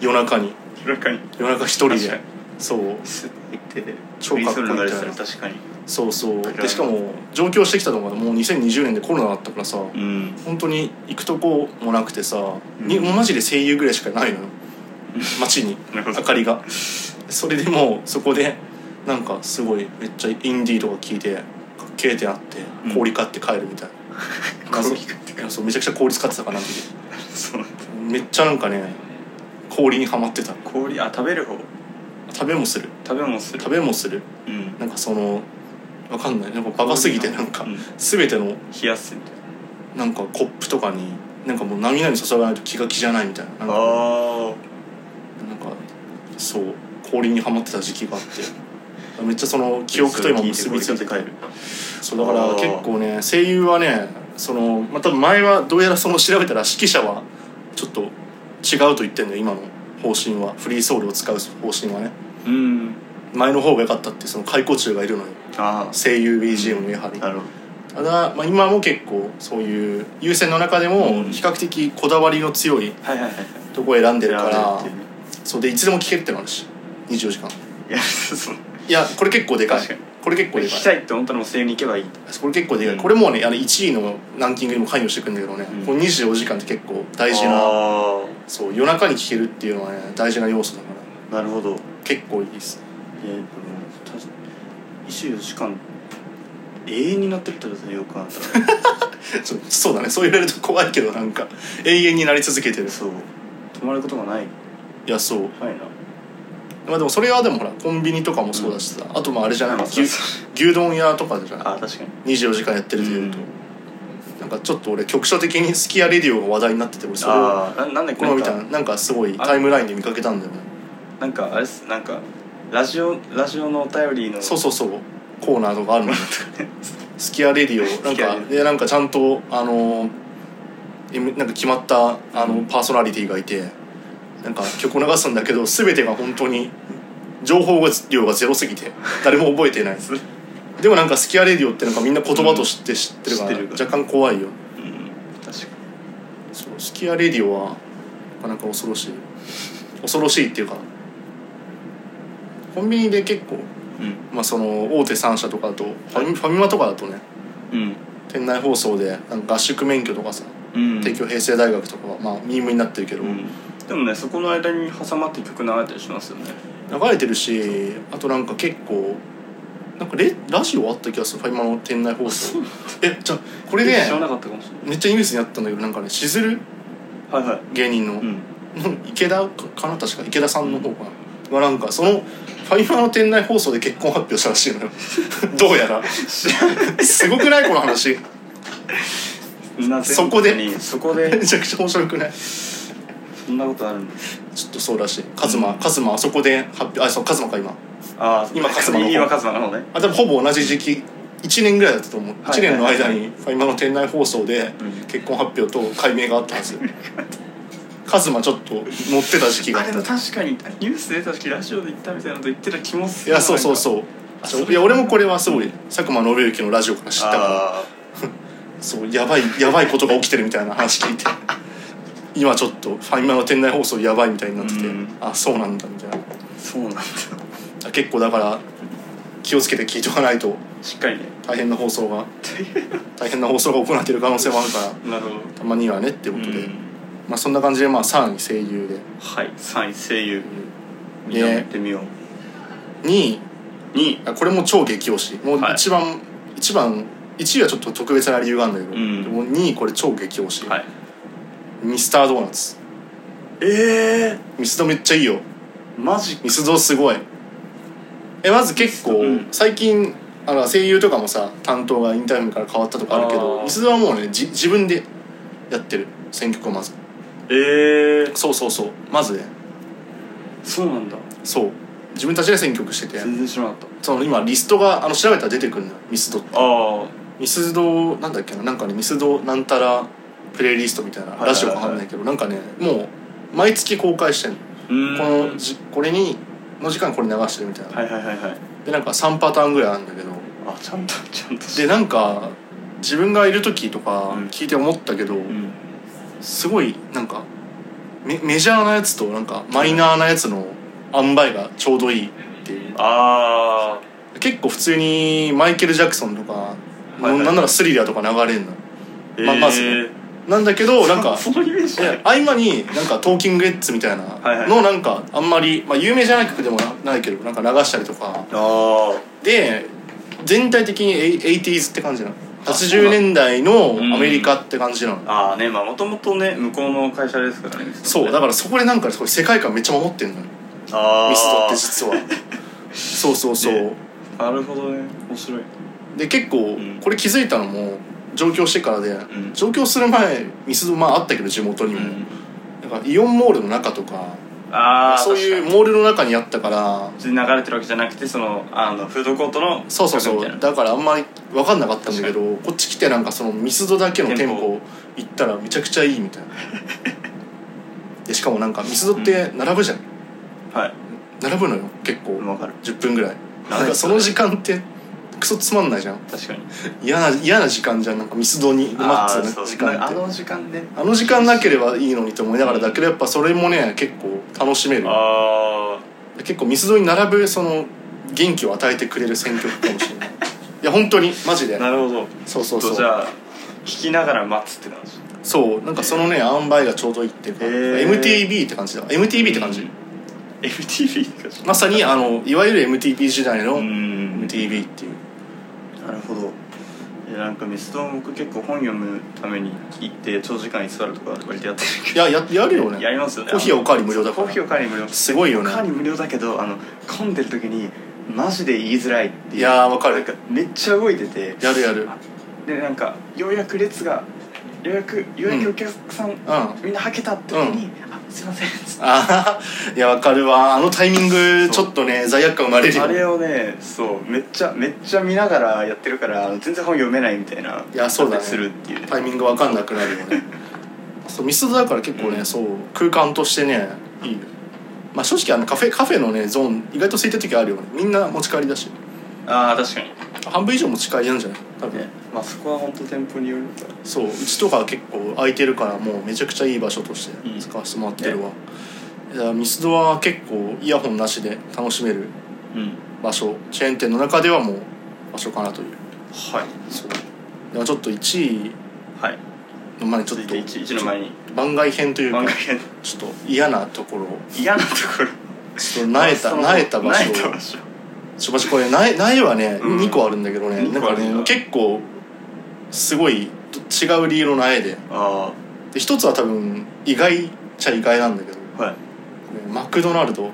Speaker 3: 夜中に
Speaker 2: 夜中に
Speaker 3: 夜中一人
Speaker 2: 確か
Speaker 3: で
Speaker 2: に
Speaker 3: そう
Speaker 2: スッて行って
Speaker 3: 超かっこいいみたいな
Speaker 2: フリースロー流れてたら確かに
Speaker 3: そうそう
Speaker 2: だから
Speaker 3: でしかも上京してきたのがもう2020年でコロナだったからさ
Speaker 2: うん
Speaker 3: 本当に行くとこもなくてさ、
Speaker 2: うん
Speaker 3: にもうマジで声優ぐらいしかないのよ街に
Speaker 2: なるほど
Speaker 3: 明かりがそれでもうそこでなんかすごいめっちゃインディーとか聞いてかっけーってなって
Speaker 2: うん
Speaker 3: 氷買って帰るみたい な、
Speaker 2: 氷
Speaker 3: そう
Speaker 2: 買って帰
Speaker 3: いやそうめちゃくちゃ氷使ってたからなんか
Speaker 2: そう
Speaker 3: めっちゃなんかね氷にはまってた
Speaker 2: 氷あ食べる方
Speaker 3: 食べもする
Speaker 2: 食べ物する
Speaker 3: 食べもする
Speaker 2: うん
Speaker 3: なんかそのわかんないなんかバカすぎてなんか
Speaker 2: うん
Speaker 3: 全ての
Speaker 2: 冷やすみたい
Speaker 3: なんかコップとかになんかもうなみ注がないと気が気じゃないみたいななん
Speaker 2: な
Speaker 3: か
Speaker 2: あ
Speaker 3: なんかそう氷にはまってた時期があってめっちゃその記憶と今結びついて帰るそうだから
Speaker 2: あー
Speaker 3: 結構ね声優はねそのまた前はどうやらその調べたら指揮者はちょっと違うと言ってんだよ今の方針はフリーソウルを使う方針はね
Speaker 2: うん
Speaker 3: 前の方が良かったってその解雇中がいるのよ
Speaker 2: あ
Speaker 3: 声優 BGM のやはり
Speaker 2: あなるほ
Speaker 3: ただ、まあ、今も結構そういう優先の中でも比較的こだわりの強い
Speaker 2: どはいはいはいはい
Speaker 3: とこを選んでるから
Speaker 2: 選んでるっていうね
Speaker 3: そうでいつでも聴けるってのあるし24時間
Speaker 2: いやそう
Speaker 3: いやこれ結構でかい
Speaker 2: 確かに
Speaker 3: これ結
Speaker 2: こ
Speaker 3: 構
Speaker 2: れ
Speaker 3: で
Speaker 2: 聞
Speaker 3: かい
Speaker 2: きたいって思ったらもう声優に行けばいい
Speaker 3: これ結構でかい、
Speaker 2: うん
Speaker 3: これもうねあの1位のランキングにも関与してくんだけどね、
Speaker 2: うん
Speaker 3: この24時間って結構大事な
Speaker 2: あ
Speaker 3: そう夜中に聴けるっていうのはね大事な要素だから
Speaker 2: あなるほど
Speaker 3: 結構いいです
Speaker 2: いやでも確か24時間永遠になってるってことねよくあったら
Speaker 3: そうそうだねそう言われると怖いけどなんか永遠になり 続けてる
Speaker 2: そう止まることがない
Speaker 3: いやそう
Speaker 2: ないな
Speaker 3: まあでもそれはでもほらコンビニとかもそうだしさ、あとまああれじゃない
Speaker 2: あそう
Speaker 3: 牛牛丼屋とかじゃない
Speaker 2: あ確かに
Speaker 3: 24時間やってるというと、
Speaker 2: うん
Speaker 3: なんかちょっと俺局所的に「スキヤレディオ」が話題になってて俺それを
Speaker 2: ああなんだっけ
Speaker 3: こ
Speaker 2: な
Speaker 3: の
Speaker 2: ん
Speaker 3: みたい
Speaker 2: か
Speaker 3: ななんかすごいタイムラインで見かけたんだよね
Speaker 2: なんかあれっすなんかラジオラジオのお便りの
Speaker 3: そうそうそうコーナーとかあるのスキアレディオなん
Speaker 2: スキア
Speaker 3: か
Speaker 2: レディオ
Speaker 3: でなんかちゃんとあのえなんか決まったあ
Speaker 2: う
Speaker 3: の
Speaker 2: ん
Speaker 3: パーソナリティがいてなんか曲を流すんだけど全てが本当に情報量がゼロすぎて誰も覚 えてないでもなんかスキアレディオってなんかみんな言葉として知ってるから,、
Speaker 2: 知ってるから
Speaker 3: 若干怖いよ
Speaker 2: うん確かに
Speaker 3: そうスキアレディオはなかなか恐ろしい恐ろしいっていうかコンビニで結構まあ、その大手3社とかだとファミファミマとかだとね
Speaker 2: うん
Speaker 3: 店内放送でなんか合宿免許とかさ
Speaker 2: うんうん
Speaker 3: 帝京平成大学とかはまあミームになってるけど、
Speaker 2: うんでもねそこの間に挟まって曲流れたりしますよね
Speaker 3: 流れてるしあとなんか結構なんかレラジオあった気がするファミマの店内放送えじゃあこ
Speaker 2: こ
Speaker 3: れね
Speaker 2: 知らなかったかもしれ
Speaker 3: めっちゃニュースになったんだけどなんかねしずる
Speaker 2: ないはいはい
Speaker 3: 芸人の、
Speaker 2: ん
Speaker 3: 池田かな確か池田さんの方かな、がなんかそのファミマの店内放送で結婚発表したらし いのよどうやらすごくないこの話
Speaker 2: な
Speaker 3: そこで
Speaker 2: 全国にそこで
Speaker 3: めちゃくちゃ面白くない
Speaker 2: そんなことあるんだ
Speaker 3: ちょっとそうらしいカズマ、カズマあそこで発表あそうカズマか今
Speaker 2: ああ
Speaker 3: 今カズマの方
Speaker 2: 今カズマの方ね
Speaker 3: あでもほぼ同じ時期1年ぐらいだったと思う、
Speaker 2: はい
Speaker 3: 1年の間に今の店内放送で
Speaker 2: うん
Speaker 3: 結婚発表と改名があった はずカズマちょっと乗ってた時期があ
Speaker 2: あ
Speaker 3: っ
Speaker 2: で
Speaker 3: た
Speaker 2: も確かにニュース出た時ラジオで言ったみたいなこと言ってた気もす
Speaker 3: い
Speaker 2: る
Speaker 3: やそうそうそうあそういや俺もこれはすごい佐久間信之のラジオから知
Speaker 2: 知
Speaker 3: っ
Speaker 2: ったた
Speaker 3: から
Speaker 2: か
Speaker 3: そうやばいやばいことが起きてるみたいな話 聞いて今ちょっとファミマの店内放送やばいみたいになってて、
Speaker 2: うん
Speaker 3: あそうなんだみたい
Speaker 2: らそうなんだ
Speaker 3: な結構だから気をつけて聞いておかないと
Speaker 2: しっかりね
Speaker 3: 大変な放送が大変な放送が行われてる可能性もあるから
Speaker 2: なるほど
Speaker 3: たまにはねってことで、
Speaker 2: うん
Speaker 3: まあそんな感じでまあ3位声優
Speaker 2: はい3位声優
Speaker 3: ん
Speaker 2: 見てみてみよう
Speaker 3: で2位
Speaker 2: 2位
Speaker 3: あこれも超激推しもう
Speaker 2: はい
Speaker 3: 一番、一番1位はちょっと特別な理由があるんだけど、
Speaker 2: うん
Speaker 3: でも2位これ超激推し、
Speaker 2: はい
Speaker 3: ミスタードーナツ
Speaker 2: ええ
Speaker 3: ミスドめっちゃいいよ
Speaker 2: マジ
Speaker 3: ミスドすごいえまず結構、
Speaker 2: うん
Speaker 3: 最近あの声優とかもさ担当がインタビューから変わったとかあるけ
Speaker 2: あ
Speaker 3: ど
Speaker 2: ー
Speaker 3: ミスドはもうねじ自分でやってる選曲をまず
Speaker 2: ええ
Speaker 3: そうそうそうまずね
Speaker 2: そうなんだ
Speaker 3: そう自分たちで選曲してて
Speaker 2: 全然知らなかっ
Speaker 3: その今リストがあの調べたら出てくるのよミスドって
Speaker 2: たああ
Speaker 3: ミスドなんだっけななんかねミスドなんたらプレイリストみたいな
Speaker 2: はいはいはい
Speaker 3: ラジオわかんないけどなんかねもう毎月公開してんの
Speaker 2: うーん
Speaker 3: このじこれにの時間これ流してるみたいな
Speaker 2: はいはいはいはい
Speaker 3: でなんか3パターンぐらいあるんだけど
Speaker 2: あちゃんとちゃんとし
Speaker 3: でなんか自分がいる時とか
Speaker 2: うん
Speaker 3: 聞いて思ったけど、
Speaker 2: うん
Speaker 3: すごいなんかメメジャーなやつとなんかマイナーなやつの塩梅がちょうどいいっていう
Speaker 2: ああ
Speaker 3: 結構普通にマイケル・ジャクソンとか、
Speaker 2: いはい
Speaker 3: なんならスリラーとか流れるのま
Speaker 2: えー
Speaker 3: まずねなんだけどなんか
Speaker 2: そそのイメージ
Speaker 3: いや合間になんかトーキングエッツみたいな
Speaker 2: はいはい
Speaker 3: のなんかあんまり、まあ、有名じゃない曲でもなないけどなんか流したりとか
Speaker 2: ああ
Speaker 3: で全体的にエイ 80s って感じなの
Speaker 2: あそうな
Speaker 3: 80
Speaker 2: の
Speaker 3: 年代のアメリカって感じなの、
Speaker 2: ああねまあもともとね向こうの会社ですからね
Speaker 3: そうだからそこでなんかすごい世界観めっちゃ守ってんのよ
Speaker 2: ああ
Speaker 3: ミスドって実はそうそうそう、
Speaker 2: ねなるほどね面白い
Speaker 3: で結構
Speaker 2: ん
Speaker 3: これ気づいたのも上京してからで、
Speaker 2: ん
Speaker 3: 上京する前ミスドまああったけど地元にも、なんかイオンモールの中とか
Speaker 2: ああ
Speaker 3: そういうモールの中にあったから
Speaker 2: 普通に流れてるわけじゃなくてそのあのフードコートの
Speaker 3: そうそうそ
Speaker 2: みたいうな
Speaker 3: だからあんまり分かんなかったんだけどこっち来てなんかそのミスドだけの店
Speaker 2: 店
Speaker 3: 舗行ったらめちゃくちゃいいみたいな でしかもなんかミスドって並ぶじゃん、
Speaker 2: はい
Speaker 3: 並ぶのよ結構
Speaker 2: 分かる
Speaker 3: 10分ぐらい
Speaker 2: 長い
Speaker 3: なんかその時間ってクソつまんないじゃん
Speaker 2: 確かに
Speaker 3: 嫌な嫌な時間じゃんなんかミスドに
Speaker 2: あ
Speaker 3: 待
Speaker 2: ーそ
Speaker 3: つ
Speaker 2: う
Speaker 3: 時間って
Speaker 2: あの時間ね
Speaker 3: あの時間なければいいのにと思いながらだけどやっぱそれもね結構楽しめる
Speaker 2: あ
Speaker 3: 結構ミスドに並ぶその元気を与えてくれる選曲かもし れないいや本当にマジで
Speaker 2: あなるほど
Speaker 3: そう
Speaker 2: ちょ
Speaker 3: そう
Speaker 2: っ
Speaker 3: そ
Speaker 2: と
Speaker 3: う
Speaker 2: じゃあ聞きながら待つって感じ
Speaker 3: そうなんかそのね塩梅がちょうどいいっていうか、
Speaker 2: へー
Speaker 3: MTV って感じだ MTV って感じ、
Speaker 2: うん MTV って感じ
Speaker 3: まさにあのいわゆる MTV 時代の
Speaker 2: うん
Speaker 3: MTV っていう
Speaker 2: なるほどいやなんかミスドも僕結構本読むために行って長時間居座るとか割とやってるけ
Speaker 3: いやややるよ
Speaker 2: ど
Speaker 3: ね
Speaker 2: やりますよね
Speaker 3: コーヒーおかわり無料だから
Speaker 2: コーヒーおかわり無料
Speaker 3: すごいよね
Speaker 2: おかわり無料だけどあの混んでる時にマジで言いづらいっていう
Speaker 3: い
Speaker 2: い
Speaker 3: やーわかる
Speaker 2: めっちゃ動いてて
Speaker 3: やるやる
Speaker 2: でなんかようやく列がようやくようやくお客さん、
Speaker 3: ん
Speaker 2: みんなはけたって時に「あすいません」つって
Speaker 3: ああいやわかるわあのタイミングちょっとね罪悪感生まれる
Speaker 2: あれ
Speaker 3: よ
Speaker 2: をねそうめっちゃめっちゃ見ながらやってるから全然本読めないみたいない
Speaker 3: いやそうだね
Speaker 2: するっていうね
Speaker 3: タイミングわかんなくなるよ ねそうミスドだから結構ね、
Speaker 2: うん
Speaker 3: そう空間としてねいいよまあ正直あのカフェカフェのねゾーン意外と空いてる時あるよねみんな持ち帰りだし
Speaker 2: ああ確かに
Speaker 3: 半分以上持ち帰りなんじゃない多分、
Speaker 2: ねまあそこは本当店舗によるから
Speaker 3: そううちとか結構空いてるからもうめちゃくちゃいい場所として
Speaker 2: うん
Speaker 3: 使わせてもらってるわ、いやミスドは結構イヤホンなしで楽しめる
Speaker 2: うん
Speaker 3: 場所チェーン店の中ではもう場所かなという
Speaker 2: はい
Speaker 3: そうではちょっと1位
Speaker 2: はい
Speaker 3: の前にち
Speaker 2: ちょ
Speaker 3: ょ
Speaker 2: っ
Speaker 3: っ
Speaker 2: と
Speaker 3: と
Speaker 2: 一一の前に
Speaker 3: 番外編という
Speaker 2: 漫
Speaker 3: か
Speaker 2: 画編
Speaker 3: ちょっと嫌なところを
Speaker 2: 嫌なところ
Speaker 3: ちょっとなえたなえた場所
Speaker 2: な
Speaker 3: を
Speaker 2: えた場所
Speaker 3: ちょマジこれなえなえはね、
Speaker 2: うん
Speaker 3: 2個あるんだけどね
Speaker 2: 二
Speaker 3: なん
Speaker 2: 個あ
Speaker 3: か
Speaker 2: るんだ
Speaker 3: ね結構すごい違う理由のなえで
Speaker 2: あ
Speaker 3: で一つは多分意外っちゃ意外なんだけど
Speaker 2: あはい
Speaker 3: マクドナルド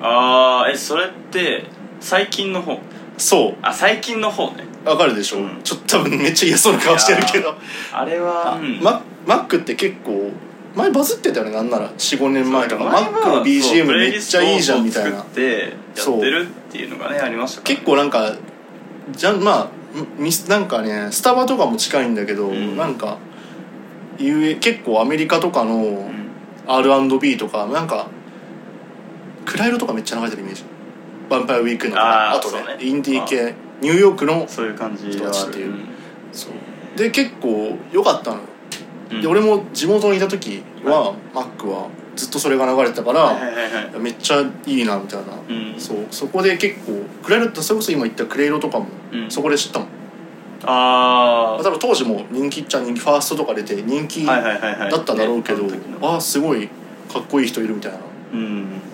Speaker 2: ああえそれって最近の方
Speaker 3: そ
Speaker 2: あ最近の方ね
Speaker 3: うわかるでしょ、
Speaker 2: うん
Speaker 3: ちょっと多分めっちゃ嫌そうな顔してるけ
Speaker 2: いや
Speaker 3: ど
Speaker 2: あれは、うん
Speaker 3: ママックって結構前バズってたよねなんなら45年前とかマ
Speaker 2: 前は
Speaker 3: ックの
Speaker 2: そう
Speaker 3: BGM
Speaker 2: プレイ
Speaker 3: めっ
Speaker 2: リス
Speaker 3: ち
Speaker 2: ト
Speaker 3: ゃ
Speaker 2: を
Speaker 3: いいじゃんみたいな
Speaker 2: 作ってやってるっていうのがねありましたから
Speaker 3: 結構なんかじゃんまあミスなんかねスタバとかも近いんだけど、
Speaker 2: ん
Speaker 3: なんか UA 結構アメリカとか
Speaker 2: う
Speaker 3: の
Speaker 2: ん
Speaker 3: R&B とかなんか暗色とかめっちゃ流れてるイメージ「ヴァンパイアウィークのとか
Speaker 2: あー
Speaker 3: あとね
Speaker 2: そうね
Speaker 3: インディー系ニューヨークの
Speaker 2: そういう感じ
Speaker 3: 人
Speaker 2: は
Speaker 3: たち
Speaker 2: あ
Speaker 3: って
Speaker 2: る
Speaker 3: いうそうで結構良かったのよ、
Speaker 2: うん
Speaker 3: で俺も地元にいた時は、マックはずっとそれが流れてたから、
Speaker 2: はいはいはいはい
Speaker 3: めっちゃいいなみたいな、
Speaker 2: うん
Speaker 3: そうそこで結構クレイロってそれこそ今言ったクレイロとかも、
Speaker 2: うん
Speaker 3: そこで知ったもん
Speaker 2: あ
Speaker 3: 多
Speaker 2: ー
Speaker 3: 分当時も人気っちゃ人気ファーストとか出て人気
Speaker 2: はい
Speaker 3: だ
Speaker 2: はいはいはい
Speaker 3: っただろうけど、
Speaker 2: ねあの時の
Speaker 3: ああすごいかっこいい人いるみたいな
Speaker 2: うん
Speaker 3: で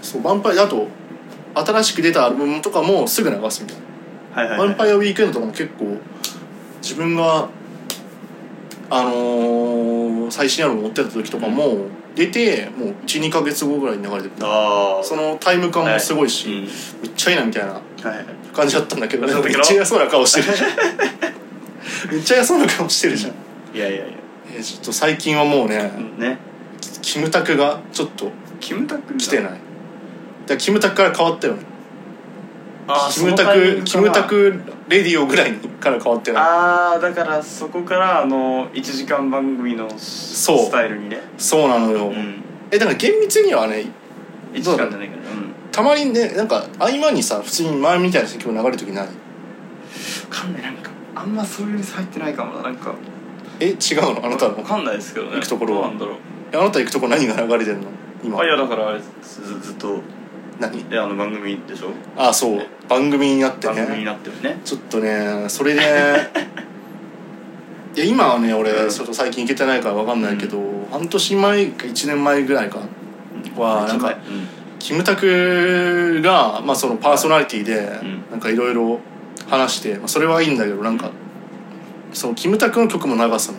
Speaker 3: そうヴァンパイアだと新しく出たアルバムとかもすぐ流すみたいな
Speaker 2: はいはい
Speaker 3: 「
Speaker 2: はい
Speaker 3: ヴァンパイアウィークエンド」とかも結構自分があのー最新アルバム持ってた時とかも出てもう12か月後ぐらいに流れてて
Speaker 2: ああ
Speaker 3: そのタイム感もすごいし、
Speaker 2: うん
Speaker 3: めっちゃいいなみたいな
Speaker 2: はい
Speaker 3: 感じだったんだけど
Speaker 2: そうだ
Speaker 3: め
Speaker 2: けど
Speaker 3: っちゃ嫌そうな顔してるじゃんめっちゃ嫌そうな顔してるじゃん、
Speaker 2: いやいやいや
Speaker 3: えーちょっと最近はもうね、
Speaker 2: うんね
Speaker 3: キムタクがちょっと
Speaker 2: キムタク
Speaker 3: 来てないだからキムタクから変わったよね
Speaker 2: あー
Speaker 3: キム
Speaker 2: その
Speaker 3: タ
Speaker 2: タイミング
Speaker 3: ク
Speaker 2: か
Speaker 3: キムタクレディオぐらいから変わってない
Speaker 2: ああだからそこからあの1時間番組の
Speaker 3: う
Speaker 2: スタイルにね
Speaker 3: そうなのよ、
Speaker 2: うん
Speaker 3: えだから厳密にはね
Speaker 2: 1時間じゃないからうん
Speaker 3: たまにねなんか合間にさ普通に前みたいな曲流れる時ない
Speaker 2: わかんないなんかあんまそういう店入ってないかもななんか
Speaker 3: え違うのあなたの
Speaker 2: わかんないですけどね
Speaker 3: 行くところ
Speaker 2: どう
Speaker 3: は
Speaker 2: なんだろう
Speaker 3: えあなた行くとこ何が流れてるの今
Speaker 2: あいやだからあれずずずっと
Speaker 3: 何
Speaker 2: えあの番組でしょ
Speaker 3: あそう番組になって
Speaker 2: 番組に
Speaker 3: ね
Speaker 2: なってるね
Speaker 3: ちょっとねそれでいや今はね俺ちょっと最近行けてないから分かんないけど、半年前か1年前ぐらいかはなんかキムタクが、まあ、そのパーソナリティで
Speaker 2: うん
Speaker 3: なんかいろいろ話して、まあ、それはいいんだけどなんかそのキムタクの曲も流すの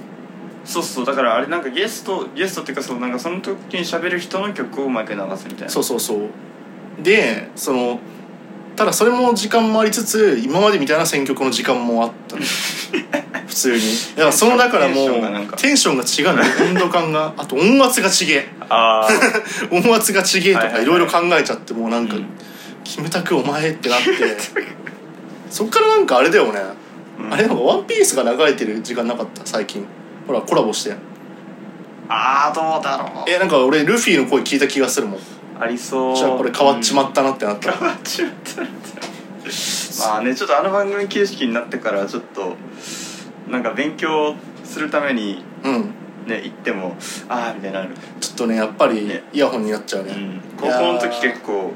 Speaker 2: そうそうだからあれなんかゲストゲストっていうかそのなんかその時に喋る人の曲を毎回流すみたいな
Speaker 3: そうそうそうでそのただそれも時間もありつつ今までみたいな選曲の時間もあったの 普通にだからそのだからも
Speaker 2: テンションがなん
Speaker 3: う
Speaker 2: か
Speaker 3: テンションが違うのよ温度感があと音圧がち げえ
Speaker 2: ああ
Speaker 3: 音圧がちげえと
Speaker 2: はいは
Speaker 3: か
Speaker 2: い
Speaker 3: いろいろ考えちゃってもうなんか
Speaker 2: うん
Speaker 3: 「キムタクお前」ってなって そっからなんかあれだよねあれなんか「ワンピースが流れてる時間なかった最近ほらコラボして
Speaker 2: ああどうだろう
Speaker 3: えなんか俺ルフィの声聞いた気がするもん
Speaker 2: ありそう
Speaker 3: じゃあこれ変わっちまったなってなっ
Speaker 2: うん
Speaker 3: た
Speaker 2: 変わっちまったみたいなまあねちょっとあの番組形式になってからちょっとなんか勉強するために
Speaker 3: うん
Speaker 2: ね行ってもああみたいになる
Speaker 3: ちょっとねやっぱり
Speaker 2: ね
Speaker 3: イヤホンになっちゃう
Speaker 2: う
Speaker 3: ね
Speaker 2: ん高校の時結構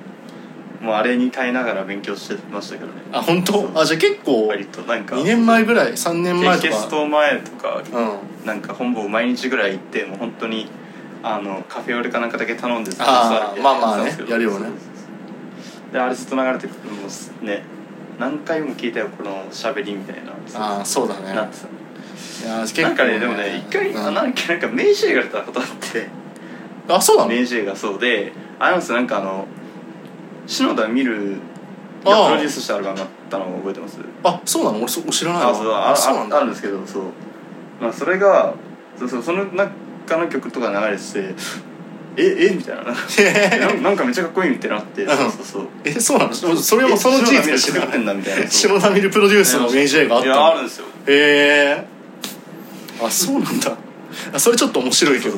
Speaker 2: もうあれに耐えながら勉強してましたけどね
Speaker 3: あ本当あじゃあ結構
Speaker 2: 割となんか
Speaker 3: 2年前ぐらい3年前と
Speaker 2: テス
Speaker 3: か
Speaker 2: ト前とか
Speaker 3: うん
Speaker 2: なんか本部毎日ぐらい行ってもう本当にあのカフェオレかなんかだけ頼んでずっと
Speaker 3: あー
Speaker 2: 座って
Speaker 3: まあまあね
Speaker 2: やってたんですけど
Speaker 3: やるよね
Speaker 2: そうそうそうであれずっと流れてくるもうね何回も聞いたよこの喋りみたいな
Speaker 3: ああそうだね
Speaker 2: なってた
Speaker 3: いや結構
Speaker 2: なんかねでもね一回、
Speaker 3: うん
Speaker 2: あなんかなんか名刺がれたことあって
Speaker 3: あそうなの
Speaker 2: 名刺がそうであれなんですよなんかあの篠田見るが
Speaker 3: あー
Speaker 2: プロデュースしたアルバムがあったのを覚えてます
Speaker 3: あそうなの俺そ知らない
Speaker 2: あそう
Speaker 3: わ
Speaker 2: あ
Speaker 3: そうな
Speaker 2: あ
Speaker 3: ん
Speaker 2: ある
Speaker 3: だ
Speaker 2: んですけどそう、まあ、それがそうそうその中の曲とか流れてて「ええみたい なななんかめっちゃかっこいいってなって
Speaker 3: うん
Speaker 2: そうそうそう
Speaker 3: えそうなのそれ
Speaker 2: え
Speaker 3: もその事
Speaker 2: 篠田美
Speaker 3: 実は
Speaker 2: 玲
Speaker 3: 知
Speaker 2: 作
Speaker 3: ら
Speaker 2: ってん
Speaker 3: ない
Speaker 2: だみたいな そう
Speaker 3: 白田ミルプロデュースの名 J があっ
Speaker 2: いやあ
Speaker 3: た
Speaker 2: るん
Speaker 3: の
Speaker 2: ですよ
Speaker 3: へえあそうなんだあそれちょっと面白いけど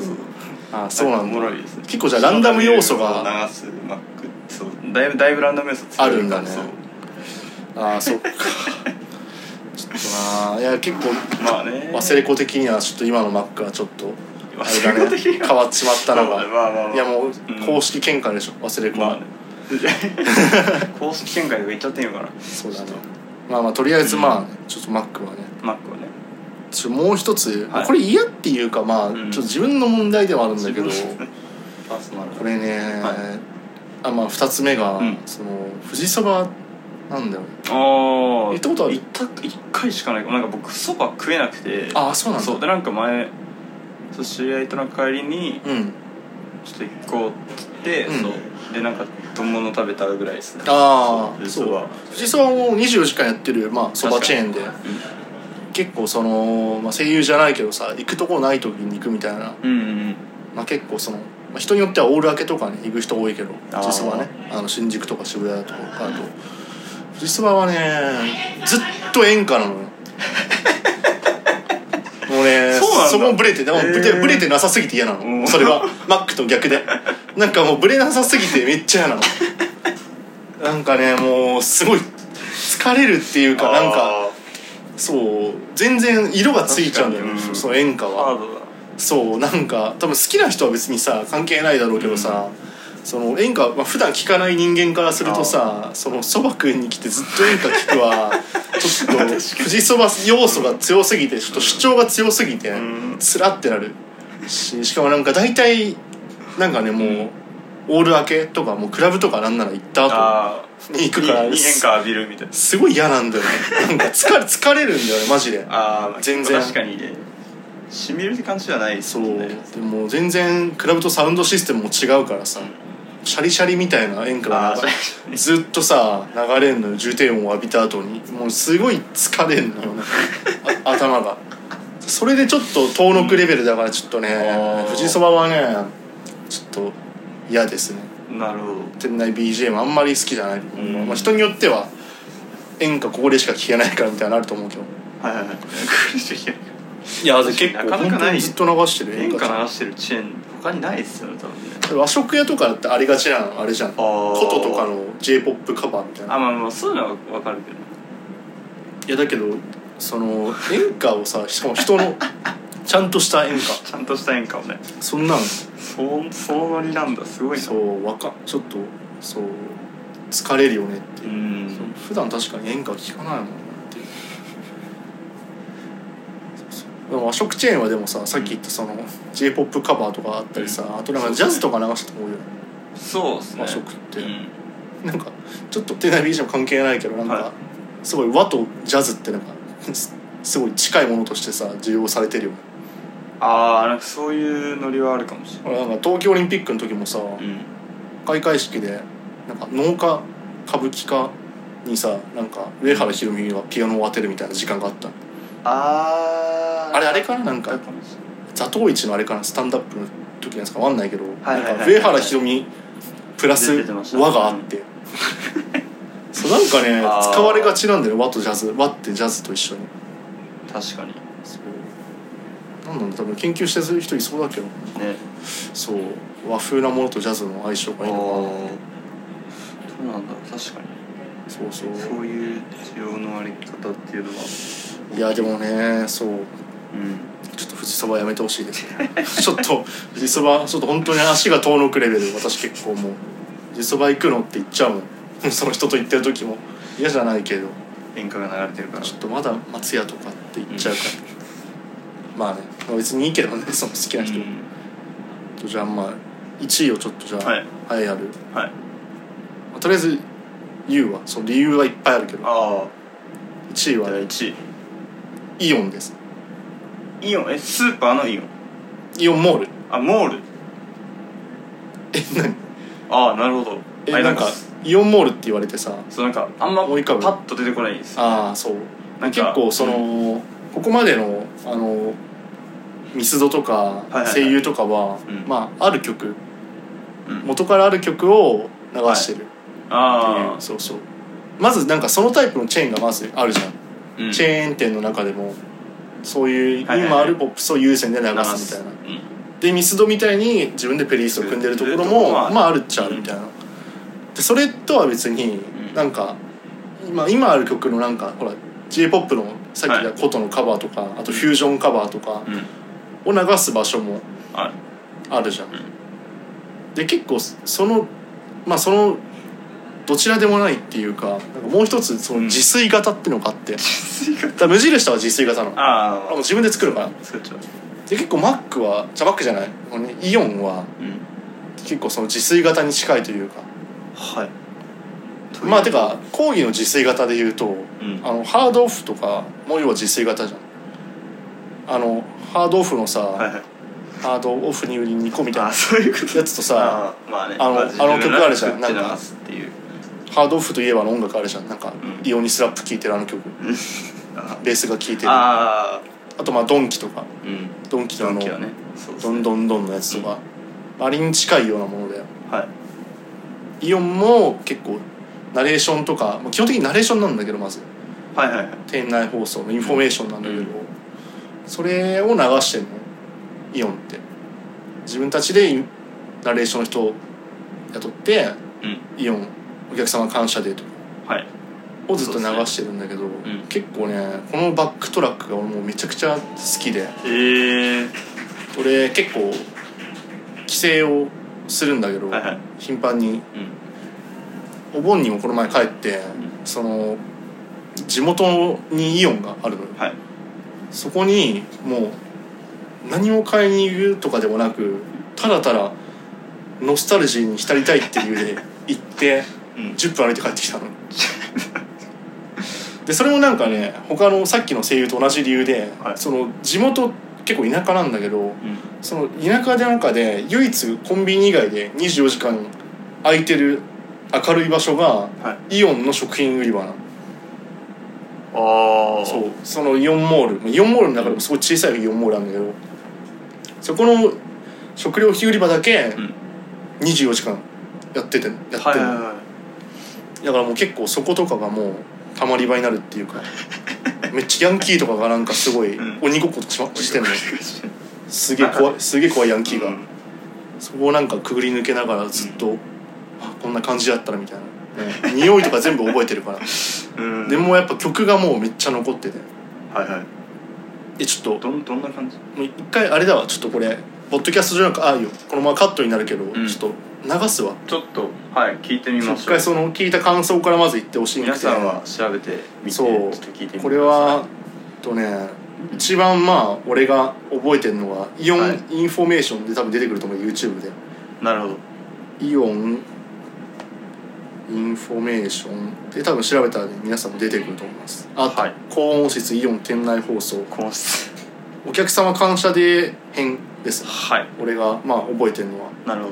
Speaker 3: あそうなん
Speaker 2: お
Speaker 3: だ
Speaker 2: もろいですね
Speaker 3: 結構じゃあランダム要素が
Speaker 2: 篠田美玲を流すマックそうだいぶだいぶランダム要素強いから
Speaker 3: あるんだね
Speaker 2: そう
Speaker 3: あーそ っかちょっとないや結構
Speaker 2: まあね
Speaker 3: 忘れ子的にはちょっと今のマックはちょっとあれ
Speaker 2: 忘れ
Speaker 3: だ
Speaker 2: 子
Speaker 3: ね
Speaker 2: 的には
Speaker 3: 変わっちまったの
Speaker 2: まあまあまあ
Speaker 3: が
Speaker 2: まあ
Speaker 3: いやもうん公式見解でしょ忘れ子
Speaker 2: まあ
Speaker 3: の
Speaker 2: ね 公式見解とか言っちゃっていいのかな
Speaker 3: そうだねまあまあとりあえず
Speaker 2: うん
Speaker 3: まあちょっとマックはね
Speaker 2: マックはね
Speaker 3: ちょもう一つ
Speaker 2: はい
Speaker 3: これ嫌っていうかまあち
Speaker 2: う
Speaker 3: ょ
Speaker 2: ん
Speaker 3: っと自分の問題ではあるんだけど
Speaker 2: 自分のパーソナル
Speaker 3: これね
Speaker 2: は
Speaker 3: あまあ二つ目が
Speaker 2: うん
Speaker 3: その富士そばなんだよね
Speaker 2: ああ
Speaker 3: 行ったことある
Speaker 2: 行った一回しかないなんか僕そば食えなくて
Speaker 3: ああそうなんだ
Speaker 2: そうでなんか前そう知り合いとの帰りに
Speaker 3: うん
Speaker 2: ちょっと行こうって言って、
Speaker 3: うん
Speaker 2: そうでなんか丼物食べたぐらいですね
Speaker 3: ああ
Speaker 2: そ
Speaker 3: そうう
Speaker 2: は
Speaker 3: 藤沢も24時間やってるまあそばチェーンで結構その、まあ、声優じゃないけどさ行くとこない時に行くみたいな、
Speaker 2: うんうん
Speaker 3: まあ、結構その、まあ、人によってはオール明けとかに行く人多いけど
Speaker 2: あー
Speaker 3: 藤沢はねあの新宿とか渋谷とかあと藤沢はねずっと演歌な のよもうね
Speaker 2: そうなんだ
Speaker 3: こもブレてでも
Speaker 2: へー
Speaker 3: ブレブレてなさすぎて嫌なの、
Speaker 2: うん
Speaker 3: それはマックと逆でなんかもうブレなさすぎてめっちゃ嫌なのなんかねもうすごい疲れるっていうかなんか
Speaker 2: あ
Speaker 3: そう全然色がついちゃうんだよ、
Speaker 2: 確かにうん
Speaker 3: その演歌
Speaker 2: ー
Speaker 3: は
Speaker 2: ハードだ
Speaker 3: そうなんか多分好きな人は別にさ関係ないだろうけどさ、その演歌、まあ、普段聞かない人間からするとさそのそばくんに来てずっと演歌聞 くはちょっと富士そば要素が強すぎてちょっと主張が強すぎて
Speaker 2: ん
Speaker 3: つらってなるししかもなんか大体なんかねもう、オール明けとかもうクラブとかなんなら行った後
Speaker 2: あ
Speaker 3: に行くから
Speaker 2: にに変化浴びるみたいな
Speaker 3: すごい嫌なんだよねなんか疲れ疲れるんだよねマジで
Speaker 2: ああ
Speaker 3: 全然
Speaker 2: 確かにねしみるって感じじゃないです
Speaker 3: そ
Speaker 2: ね
Speaker 3: うでも全然クラブとサウンドシステムも違うからさシャリシャリみたいな演歌
Speaker 2: ああ
Speaker 3: が流
Speaker 2: そう
Speaker 3: れずっとさ流れんのよ重低音を浴びた後にもうすごい疲れんのよねあ 頭がそれでちょっと遠のくレベルだからちょっとね
Speaker 2: あー
Speaker 3: 富士そばはねちょっと嫌ですね
Speaker 2: なるほど
Speaker 3: 店内 BGM あんまり好きじゃない、
Speaker 2: ん
Speaker 3: まあ、人によっては演歌ここでしか聴けないからみたいなのあると思うけど
Speaker 2: はいはいはい苦しい
Speaker 3: いや
Speaker 2: 結構
Speaker 3: なかなか
Speaker 2: 本当
Speaker 3: ない
Speaker 2: に
Speaker 3: ず
Speaker 2: ず
Speaker 3: っ
Speaker 2: っ
Speaker 3: と
Speaker 2: と
Speaker 3: 流してる
Speaker 2: 変化流してるチェーン他にないですよね多分ね
Speaker 3: 和食屋とかだってありがちなのあれじゃん
Speaker 2: あー
Speaker 3: 琴とかの j p o p カバーみたい
Speaker 2: あ
Speaker 3: な
Speaker 2: まあまあそういうのは分かるけど
Speaker 3: いやだけどその演歌をさしかも人 のちゃんとした演歌
Speaker 2: ちゃんとした演歌をね
Speaker 3: そんなの
Speaker 2: そうそのノリなんだすごいな
Speaker 3: そうわかちょっとそう疲れるよねって
Speaker 2: う
Speaker 3: いう、そうん普段確かに演歌聴かないもんなっていうそうそうでも和食チェーンはでもささっき言ったその j p o p カバーとかあったりさ、あとなんかジャズとか流したと思うよね
Speaker 2: そうですね
Speaker 3: 和食って
Speaker 2: うん
Speaker 3: なんかちょっと手並み以上関係ないけどなん
Speaker 2: は
Speaker 3: かすごい和とジャズってなんかすすごい近いものとしてさ需要されてるよね
Speaker 2: ああなんかそういうノリはあるかもしれ
Speaker 3: 俺なんか東京オリンピックの時もさ
Speaker 2: ないうん
Speaker 3: 開会式でなんか農家歌舞伎家にさなんか上原ひろみがピアノを当てるみたいな時間があったの
Speaker 2: あー
Speaker 3: あれあれかななんか
Speaker 2: あったもしれない
Speaker 3: 座頭市のあれかなスタンダップの時なんですかわかんないけど、
Speaker 2: はいはいはい
Speaker 3: なんか上原ひろみプラス
Speaker 2: 出てました
Speaker 3: 和が あって、そうなんかね
Speaker 2: あー
Speaker 3: 使われがちなんだよね和とジャズ和ってジャズと一緒に。
Speaker 2: 確かに
Speaker 3: そうなんなんだ多分研究してる人いそうだけど
Speaker 2: ね
Speaker 3: そう和風なものとジャズの相性がいい
Speaker 2: ー
Speaker 3: の
Speaker 2: そうなんだ確かに
Speaker 3: かなそうそう
Speaker 2: そういう需要のあり方っていうのは、
Speaker 3: いやでもねそう
Speaker 2: うん、
Speaker 3: ちょっと富士そばやめてほしいです ねちょっと富士そばちょっと本当に足が遠のくレベル私結構もう富士そば行くのって言っちゃうもん その人と行ってる時も嫌じゃないけど
Speaker 2: 演歌が流れてるから
Speaker 3: ちょっとまだ松屋とかって言っちゃうから、まあねまあ別にいいけどねその好きな
Speaker 2: う
Speaker 3: 人、
Speaker 2: ん
Speaker 3: じゃあまあ1位をちょっとじゃ
Speaker 2: はい
Speaker 3: あ栄えある
Speaker 2: はい
Speaker 3: まあとりあえず言うわその理由はいっぱいあるけど
Speaker 2: あ
Speaker 3: 1位
Speaker 2: あ
Speaker 3: は
Speaker 2: 第1
Speaker 3: イオンです
Speaker 2: 位イオンえスーパーのイオン
Speaker 3: イオンモール
Speaker 2: あモール
Speaker 3: え何
Speaker 2: ああなるほど
Speaker 3: え
Speaker 2: あれ
Speaker 3: なんかイオンモールって言われてさ
Speaker 2: そうなんかあんまパ
Speaker 3: 思い浮かぶ
Speaker 2: ッと出てこないんですよ
Speaker 3: ああそう
Speaker 2: なん
Speaker 3: 結
Speaker 2: か
Speaker 3: 構その、
Speaker 2: うん
Speaker 3: ここまでのあのミスドとか
Speaker 2: いはいはい
Speaker 3: 声優とかは、
Speaker 2: うん
Speaker 3: まあある曲
Speaker 2: うん
Speaker 3: 元からある曲を流してるっていう、
Speaker 2: ああ
Speaker 3: そうそうまずなんかそのタイプのチェーンがまずあるじゃん、
Speaker 2: うん
Speaker 3: チェーン店の中でもそういう
Speaker 2: はいはいはい
Speaker 3: 今あるポップスを優先で流すみたいな、
Speaker 2: 流すうん
Speaker 3: でミスドみたいに自分でペリースを組んでるところ
Speaker 2: 組んでるとこ
Speaker 3: も
Speaker 2: ろもある
Speaker 3: まああるっちゃあるみたいな、でそれとは別に
Speaker 2: うん
Speaker 3: なんか今今ある曲のなんかほら j p o p のさっき言った琴のカバーとか、あとフュージョンカバーとか
Speaker 2: うん
Speaker 3: を流す場所も
Speaker 2: あ
Speaker 3: あるじゃん、
Speaker 2: う
Speaker 3: で結構そのまあそのどちらでもないっていうかなんかもう一つその自炊型っていうのがあって、だから無印とは自炊型なのあもう
Speaker 2: あ
Speaker 3: 自分で作るから
Speaker 2: あ作っちゃう
Speaker 3: で結構マックはじゃあマックじゃないこのねイオンは
Speaker 2: うん
Speaker 3: 結構その自炊型に近いというか
Speaker 2: はい
Speaker 3: まあてか講義の自炊型で言うと
Speaker 2: うん
Speaker 3: あのハードオフとかも要は自炊型じゃんあのハードオフのさ、
Speaker 2: はいはい
Speaker 3: ハードオフに売りに行こうみたい
Speaker 2: あ
Speaker 3: な
Speaker 2: あそういうこと
Speaker 3: やつとさ
Speaker 2: あーまあね
Speaker 3: あの
Speaker 2: ま
Speaker 3: あの曲あるじゃん
Speaker 2: 自分ら
Speaker 3: な
Speaker 2: が
Speaker 3: んか
Speaker 2: 作って流すっていう
Speaker 3: ハードオフといえばの音楽あるじゃんなんか、
Speaker 2: うん
Speaker 3: イオンにスラップ聴いてるあの曲
Speaker 2: あ
Speaker 3: ベースが聴いてるあ
Speaker 2: あ
Speaker 3: とまあドンキとか
Speaker 2: ーうん
Speaker 3: ドンキ
Speaker 2: ド
Speaker 3: のあ
Speaker 2: ン
Speaker 3: の、
Speaker 2: キはねそうです
Speaker 3: どん
Speaker 2: ね
Speaker 3: どんどんのやつとか、あれに近いようなものだよ
Speaker 2: はい
Speaker 3: イオンも結構ナレーションとか、まあ基本的にナレーションなんだけどまず
Speaker 2: はいはいはい
Speaker 3: 店内放送のインフォメーションなんだけど、
Speaker 2: うん
Speaker 3: それを流してんのイオンって自分たちでインナレーションの人を雇って
Speaker 2: うん
Speaker 3: イオンお客様感謝デーとか
Speaker 2: はい
Speaker 3: をずっと流してるんだけど、
Speaker 2: ん
Speaker 3: 結構ねこのバックトラックが俺もうめちゃくちゃ好きで
Speaker 2: ええ
Speaker 3: 俺結構帰省をするんだけど、
Speaker 2: はいはい
Speaker 3: 頻繁に
Speaker 2: うん
Speaker 3: お盆にもこの前帰って、その地元にイオンがあるのよ
Speaker 2: はい
Speaker 3: そこにもう何も買いに行くとかで もなくただただノスタルジーに浸りたいっていう理由で行って
Speaker 2: うん
Speaker 3: 10分歩いて帰ってきたのでそれもなんかね他のさっきの声優と同じ理由で、
Speaker 2: はい
Speaker 3: その地元結構田舎なんだけど
Speaker 2: うん
Speaker 3: その田舎でなんかで唯一コンビニ以外で24時間空いてる明るい場所が
Speaker 2: はい
Speaker 3: イオンの食品売り場なの
Speaker 2: ああ
Speaker 3: そうそのイオンモールイオンモールの中でもすごい小さいイオンモールなんだけどそこの食料品売り場だけ
Speaker 2: うん
Speaker 3: 24時間やっててやってんの、
Speaker 2: はいはいは
Speaker 3: だからもう結構そことかがもうたまり場になるってい うかめっちゃヤンキーとかがなんかすごい
Speaker 2: うん
Speaker 3: 鬼ごっことかし,、
Speaker 2: い
Speaker 3: してんのすげえ怖いすげえ怖いヤンキーが、
Speaker 2: うん
Speaker 3: そこをなんかくぐり抜けながらずっと、あこんな感じだったらみたいな、ね、匂いとか全部覚えてるから
Speaker 2: うん
Speaker 3: でもやっぱ曲がもうめっちゃ残ってて
Speaker 2: はいはい
Speaker 3: えちょっと
Speaker 2: どんどんな感じ
Speaker 3: もう一回あれだわちょっとこれポッドキャスト上なんかああいいよこのままカットになるけど、
Speaker 2: ん
Speaker 3: ちょっと流すわ
Speaker 2: ちょっとはい聞いてみま
Speaker 3: 一
Speaker 2: しょう
Speaker 3: 回その聞いた感想からまず言ってほしいんで
Speaker 2: 皆さんは調べてみてち
Speaker 3: そ
Speaker 2: ょ
Speaker 3: う
Speaker 2: っと聞いてみてください
Speaker 3: これはえっとね一番まあ俺が覚えてるのはイオ
Speaker 2: は
Speaker 3: ン
Speaker 2: い
Speaker 3: インフォメーションで多分出てくると思う YouTube で
Speaker 2: なるほど
Speaker 3: イオンインフォメーションで多分調べたらね皆さんも出てくると思いますあと、
Speaker 2: はい
Speaker 3: 高音質イオン店内放送
Speaker 2: この質
Speaker 3: お客様感謝デー編です
Speaker 2: はい
Speaker 3: 俺がまあ覚えてるのは、
Speaker 2: なるほど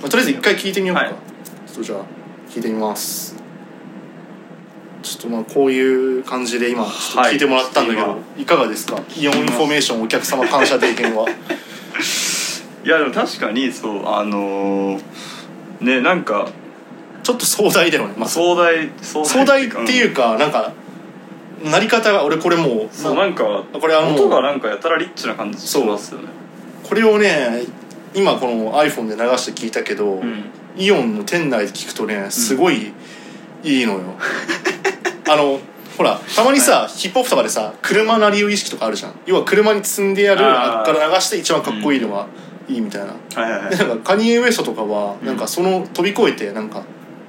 Speaker 3: まあとりあえず一回聞いてみようか、
Speaker 2: はい
Speaker 3: ちょっとじゃあ聞いてみますちょっとまあこういう感じで今ちょっと聞いてもらったんだけど、、
Speaker 2: はい
Speaker 3: かがですかイオンインフォメーションお客様感謝デー編は
Speaker 2: いやでも確かにそうあのーねなんか
Speaker 3: ちょっと壮大だよね、まあ、
Speaker 2: 壮大壮
Speaker 3: 壮大っていう
Speaker 2: か
Speaker 3: か、なんかなり方が俺これもう
Speaker 2: うんそうなんか
Speaker 3: これあの
Speaker 2: 音がなんかやたらリッチな感じしますよね
Speaker 3: これをね今この iPhone で流して聞いたけど、
Speaker 2: うん
Speaker 3: イオンの店内で聞くとねすごいい いのよ、あのほらたまにさ、ヒップホップとかでさ車なりを意識とかあるじゃん要は車に積んでやる
Speaker 2: あー
Speaker 3: から流して一番かっこいいのがいいみたいな、
Speaker 2: はいはいは
Speaker 3: で
Speaker 2: い
Speaker 3: なんかカニエ・ウエストとかは
Speaker 2: うん
Speaker 3: なんかその飛び越えてなんか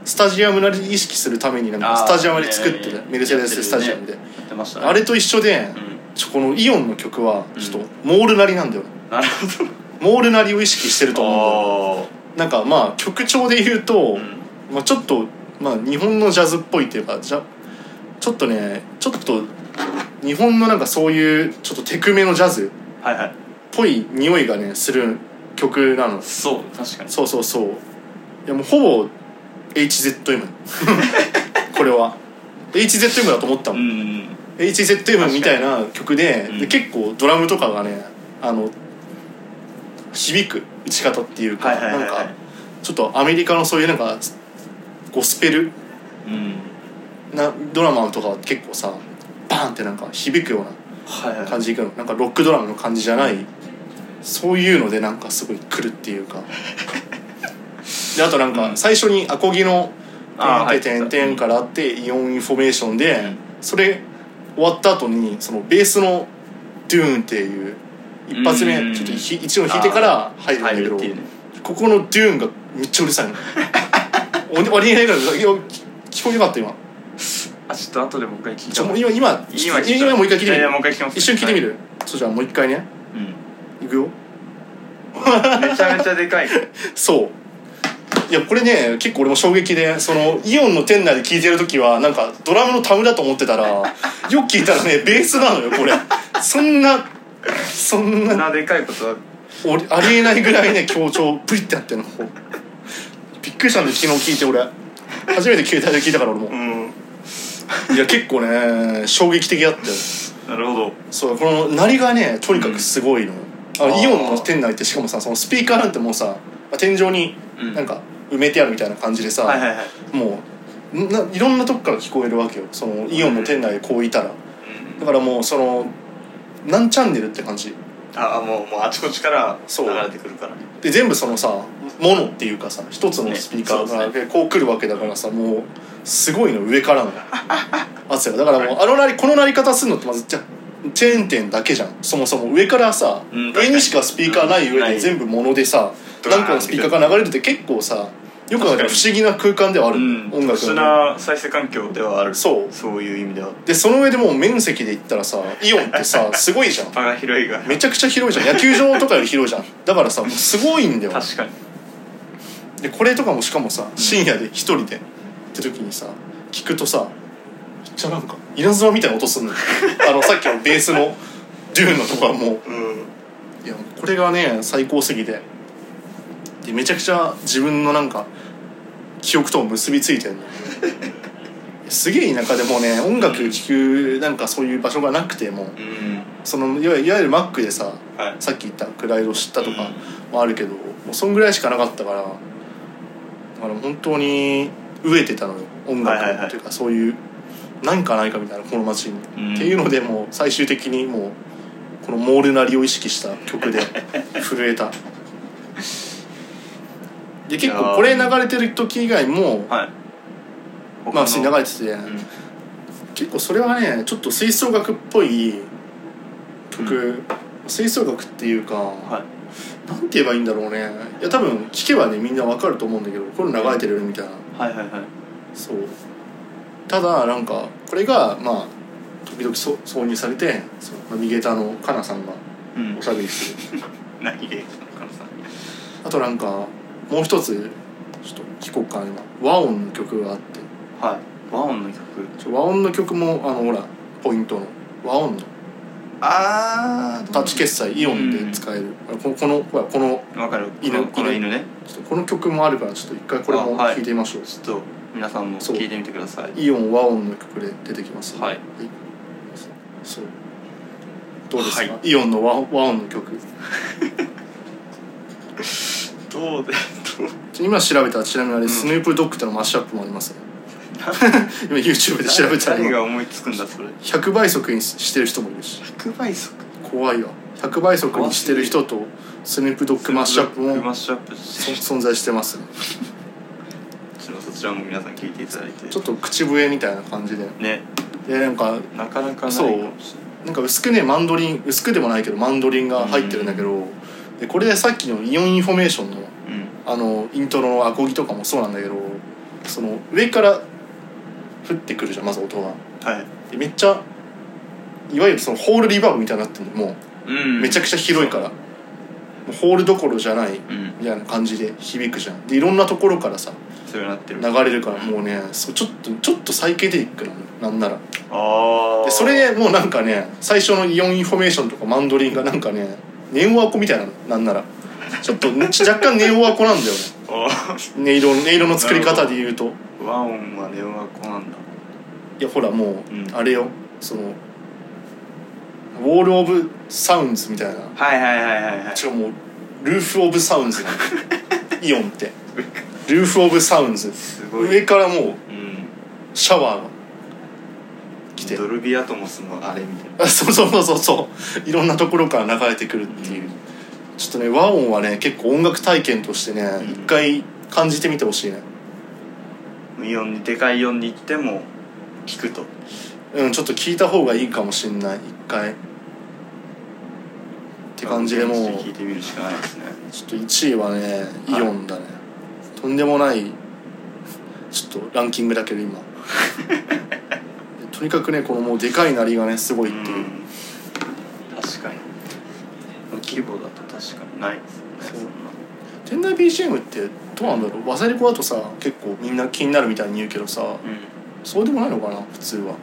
Speaker 3: スタジアムなり意識するためになんかスタジアムで作って
Speaker 2: あーね
Speaker 3: るメルセデススタジアムで、
Speaker 2: やってましたね
Speaker 3: あれと一緒
Speaker 2: う
Speaker 3: で
Speaker 2: ん
Speaker 3: ちょこのイオンの曲は
Speaker 2: うん
Speaker 3: ちょっとモールなりなんだよ、
Speaker 2: なるほ
Speaker 3: モールなりを意識してると
Speaker 2: ど
Speaker 3: 思うんだよ
Speaker 2: あ
Speaker 3: なんかまあ曲調で言うと、
Speaker 2: ーうん
Speaker 3: まあ、ちょっと、まあ、日本のジャズっぽいっていうかじゃちょっとねちょっと日本のなんかそういうちょっとテクめのジャズっ
Speaker 2: はいはい
Speaker 3: ぽい匂いがねする曲なの
Speaker 2: そう確かに
Speaker 3: そうそうそういやもうほぼ HZM これは HZM だと思ったもん、
Speaker 2: うん
Speaker 3: HZM みたいな曲で
Speaker 2: うん
Speaker 3: で結構ドラムとかがねあの響く打ち方っていうか、
Speaker 2: はいはいはい
Speaker 3: なん
Speaker 2: はい
Speaker 3: かちょっとアメリカのそういうなんかゴスペル
Speaker 2: うん
Speaker 3: なドラマとかは結構さバーンってなんか響くよう
Speaker 2: はいはい
Speaker 3: な
Speaker 2: は
Speaker 3: 感
Speaker 2: い
Speaker 3: じいくのなんかロックドラムの感じじゃない、そういうのでなんかすごい来るってい うかであとなん
Speaker 2: う
Speaker 3: か
Speaker 2: ん
Speaker 3: 最初にアコギの
Speaker 2: あー
Speaker 3: 「てんてんてんてん」からあってイオンインフォメーションで、それ終わった後にそのベースの「ドゥーン」っていう一発
Speaker 2: うんうんう
Speaker 3: 目
Speaker 2: ん
Speaker 3: ちょっとひ一音弾いてから入るんだ
Speaker 2: 入
Speaker 3: け
Speaker 2: る
Speaker 3: ど
Speaker 2: っていうね
Speaker 3: ここの「ドゥーン」がめっちゃうるさ いのお割り入れるいや聞こえなかった今。
Speaker 2: あちょっと後でもう一回聞い
Speaker 3: ちょ
Speaker 2: て
Speaker 3: もう今今
Speaker 2: 今聞いた
Speaker 3: 今もう一回聞いて
Speaker 2: いやい
Speaker 3: みる
Speaker 2: やもう一回聞きます
Speaker 3: 一瞬聞いてみる、そうじゃあもう一回ね
Speaker 2: うん
Speaker 3: いくよ
Speaker 2: めちゃめちゃで かい
Speaker 3: そういやこれね結構俺も衝撃でそのイオンの店内で聞いてる時はなんかドラムのタムだと思ってたら よく聞いたらねベースなのよこれそんなそん
Speaker 2: こん
Speaker 3: な
Speaker 2: なでかいことは
Speaker 3: おりありえないぐらいね強調ブリってなってんのこうびっくりしたんで昨日聞いて俺初めて携帯で聞いたから俺も
Speaker 2: ん
Speaker 3: いや結構ね衝撃的だったよ
Speaker 2: なるほど
Speaker 3: そうこの鳴りがねとにかくすごいの、あ
Speaker 2: あー
Speaker 3: イオンの店内ってしかもさそのスピーカーなんてもうさ天井に
Speaker 2: うん
Speaker 3: なんか埋めてあるみたいな感じでさ、
Speaker 2: はいはいはい
Speaker 3: もうんないろんなとこから聞こえるわけよそのイオンの店内こういたらだからもうその何チャンネルって感じ
Speaker 2: ああもうもうあちこちから
Speaker 3: そう
Speaker 2: 流れてくるから
Speaker 3: で全部そのさモノっていうかさ一つのスピーカーが、
Speaker 2: ねそう
Speaker 3: こう来るわけだからさもうすごいの上からの圧がだからもうあのなりこのなり方するのってまずじゃチェーン店だけじゃんそもそも上からさ、
Speaker 2: うん
Speaker 3: 上にしかスピーカーない
Speaker 2: うん
Speaker 3: 上
Speaker 2: な
Speaker 3: で
Speaker 2: い
Speaker 3: 全部モノでさ
Speaker 2: ドラーン
Speaker 3: 何個のスピーカーが流れるって結構さよくあ
Speaker 2: 確か
Speaker 3: る
Speaker 2: に
Speaker 3: 不思議な空間ではある、
Speaker 2: うん
Speaker 3: 音楽
Speaker 2: 特殊
Speaker 3: の
Speaker 2: な再生環境ではある
Speaker 3: そう
Speaker 2: そういう意味では
Speaker 3: でその上でもう面積で言ったらさイオンってさすごいじゃん
Speaker 2: 場が広いが
Speaker 3: めちゃくちゃ広いじゃん野球場とかより広いじゃんだからさもうすごいんだよ
Speaker 2: 確かに
Speaker 3: でこれとかもしかもさ深夜で一人でって時にさ聞くとさめっちゃなんか稲妻みたいな音するのよあのさっきのベースのデューンのとこはも
Speaker 2: うん
Speaker 3: ういやこれがね最高すぎてでめちゃくちゃ自分のなんか記憶とも結びついてるのすげえ田舎でもうね音楽聴くなんかそういう場所がなくてもう
Speaker 2: うん
Speaker 3: そのいわゆるいわゆるマックでさ
Speaker 2: はい
Speaker 3: さっき言った暗い色知ったとかもあるけど、もうそんぐらいしかなかったからだから本当に飢えてたのよ音楽
Speaker 2: はいはいはい
Speaker 3: というかそういう何かないかみたいなこの街に、
Speaker 2: うん
Speaker 3: っていうのでもう最終的にもうこのモールなりを意識した曲 で震えたで結構これ流れてる時以外も
Speaker 2: はい
Speaker 3: まあ普通に流
Speaker 2: い
Speaker 3: れてて、結構それはねちょっと吹奏楽っぽい曲、吹奏楽っていうか、
Speaker 2: は
Speaker 3: なんて言えばいいんだろうねいや多分聞けばねみんなわかると思うんだけどこれ流れてるよねみたいない
Speaker 2: はいはいはい
Speaker 3: そうただなんかこれがまあ時々そ挿入されてそのナビゲーターのカナさんが
Speaker 2: うん
Speaker 3: おしゃべりする
Speaker 2: 何でカナさん
Speaker 3: あとなんかもう一つちょっと聞こうかな今和音の曲があって
Speaker 2: はい和音の曲
Speaker 3: ちょ和音の曲もあのほらポイントの和音の
Speaker 2: あ
Speaker 3: タッチ決済イオンで使える、あのこのこのほらこの
Speaker 2: わかる
Speaker 3: 犬
Speaker 2: このこの犬
Speaker 3: 犬
Speaker 2: ね
Speaker 3: ちょっとこの曲もあるからちょっと一回これも
Speaker 2: あはい
Speaker 3: 聞いてみましょう、
Speaker 2: ちょっと皆さんも
Speaker 3: そう
Speaker 2: 聞いてみてください
Speaker 3: イオン和音の曲で出てきます
Speaker 2: はい
Speaker 3: そうどうですか、
Speaker 2: は
Speaker 3: イオンの和和音の曲
Speaker 2: どうでどう
Speaker 3: 今調べたらちなみにあれ、スヌープドッグとのマッシュアップもあ りますね今 YouTube で調べたら
Speaker 2: 誰
Speaker 3: 今
Speaker 2: が思いつくんだそれ
Speaker 3: 100倍速にしてる人もいるし
Speaker 2: 100倍速
Speaker 3: 怖いわ100倍速にしてる人とスヌープドッグマッシュアップ
Speaker 2: マ
Speaker 3: も
Speaker 2: ッシュアップして
Speaker 3: そ存在してますね
Speaker 2: ちょっとそちらも皆さん聞いていただいて
Speaker 3: ちょっと口笛みたいな感じで
Speaker 2: ね
Speaker 3: でなんか
Speaker 2: なかなかない
Speaker 3: そう
Speaker 2: かもし
Speaker 3: なんか薄くねマンドリン薄くでもないけどマンドリンが入ってるんだけど、でこれさっきのイオンインフォメーションの
Speaker 2: れない
Speaker 3: あのイントロのアコギとかもそうなんだけどその上から降ってくるじゃんまず音が
Speaker 2: うんはい
Speaker 3: でめっちゃいわゆるそのホールリバーブみたいになってるのもう
Speaker 2: め
Speaker 3: めちゃくちゃ広いから、もうホールどころじゃない
Speaker 2: うん
Speaker 3: みたいな感じで響くじゃんでいろんなところからさ
Speaker 2: そうなってる
Speaker 3: 流れるからもうねそうちょっとちょっとサイケデリックなのよなんなら
Speaker 2: ああ
Speaker 3: でそれもうなんかね最初のイオンインフォメーションとかマンドリンがなんかねネオアコみたいなのなんならちょっとねち若干ネオアコなんだよね音色の音色の作り方で言うと
Speaker 2: 和音はネオアコなんだ
Speaker 3: いやほらもう、
Speaker 2: うん
Speaker 3: あれよそのウォール・オブ・サウンズみたいな
Speaker 2: はいはいはいはいはい
Speaker 3: 違うもうルーフ・オブ・サウンズなの イオンってルーフ・オブ・サウンズ
Speaker 2: すごい
Speaker 3: 上からもう
Speaker 2: うん
Speaker 3: シャワーが来て
Speaker 2: ドルビーアトモスのあれみたいな
Speaker 3: あそうそうそうそうそういろんなところから流れてくるっていう、ちょっとね和音はね結構音楽体験としてね
Speaker 2: ん
Speaker 3: 一、回感じてみてほしいね
Speaker 2: イオンにでかいイオンに行っても聞くと
Speaker 3: うんちょっと聞いた方がいいかもしんない一回って感じでもう
Speaker 2: 聞いてみるしかないですね
Speaker 3: ちょっと1位はねイ
Speaker 2: はい
Speaker 3: オンだね、とんでもないちょっとランキングだけど 今とにかくねこのもうでかいなりがねすごいっていう、
Speaker 2: 確かに規模だと確かにないですね
Speaker 3: そ
Speaker 2: そうな
Speaker 3: 店内 BGM ってどうなんだろうワサリコだとさ結構みんな気になるみたいに言うけどさ、
Speaker 2: う
Speaker 3: そうでもないのかな普通は
Speaker 2: ん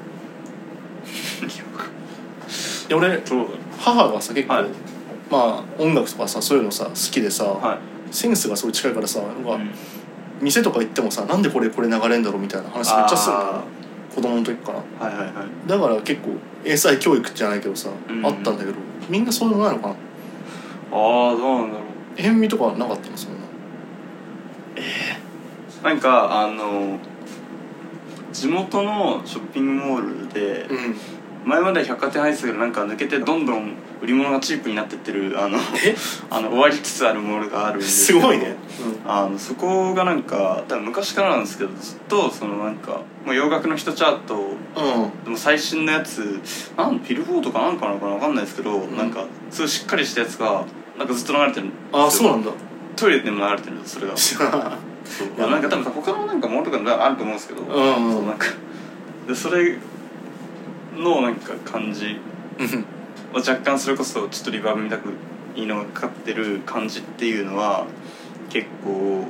Speaker 3: で俺
Speaker 2: そう
Speaker 3: 母がさ結構、
Speaker 2: はい
Speaker 3: まあ音楽とかさそういうのさ好きでさ、
Speaker 2: だはい
Speaker 3: センスがすごい近いからさなんか、
Speaker 2: うん
Speaker 3: 店とか行ってもさなんでこれこれ流れんだろうみたいな話めっちゃするのよ子供の時から
Speaker 2: あーはいはいはい
Speaker 3: だから結構英才教育じゃないけどさ、
Speaker 2: うん
Speaker 3: あったんだけどみんなそうでもないのか
Speaker 2: あ
Speaker 3: な
Speaker 2: あどうなんだろう
Speaker 3: 塩味とかなかったのそんな
Speaker 2: なんかあの地元のショッピングモールで、
Speaker 3: ん
Speaker 2: 前まで百貨店入ってたけどなんか抜けてどんどん売り物がチープになってってる あのあの終わりつつあるモールがあるんです
Speaker 3: す
Speaker 2: けど
Speaker 3: ごいね、
Speaker 2: あのそこがなんか多分昔からなんですけどずっとそのなんかもう洋楽の人チャート
Speaker 3: うん、うん
Speaker 2: でも最新のやつなんビルボードかなんかなのかなわかんないですけど、
Speaker 3: ん
Speaker 2: なんかすごいしっかりしたやつがなんかずっと流れてるんですよ
Speaker 3: ああそうなんだ
Speaker 2: トイレでも流れてるんですそれがそうまあなんか多分他のなんかものとかあると思うんですけど、
Speaker 3: うん
Speaker 2: そうなんかでそれのなんか感じ
Speaker 3: うん
Speaker 2: まあ若干それこそちょっとリバーブみたくいいのがかかってる感じっていうのは結構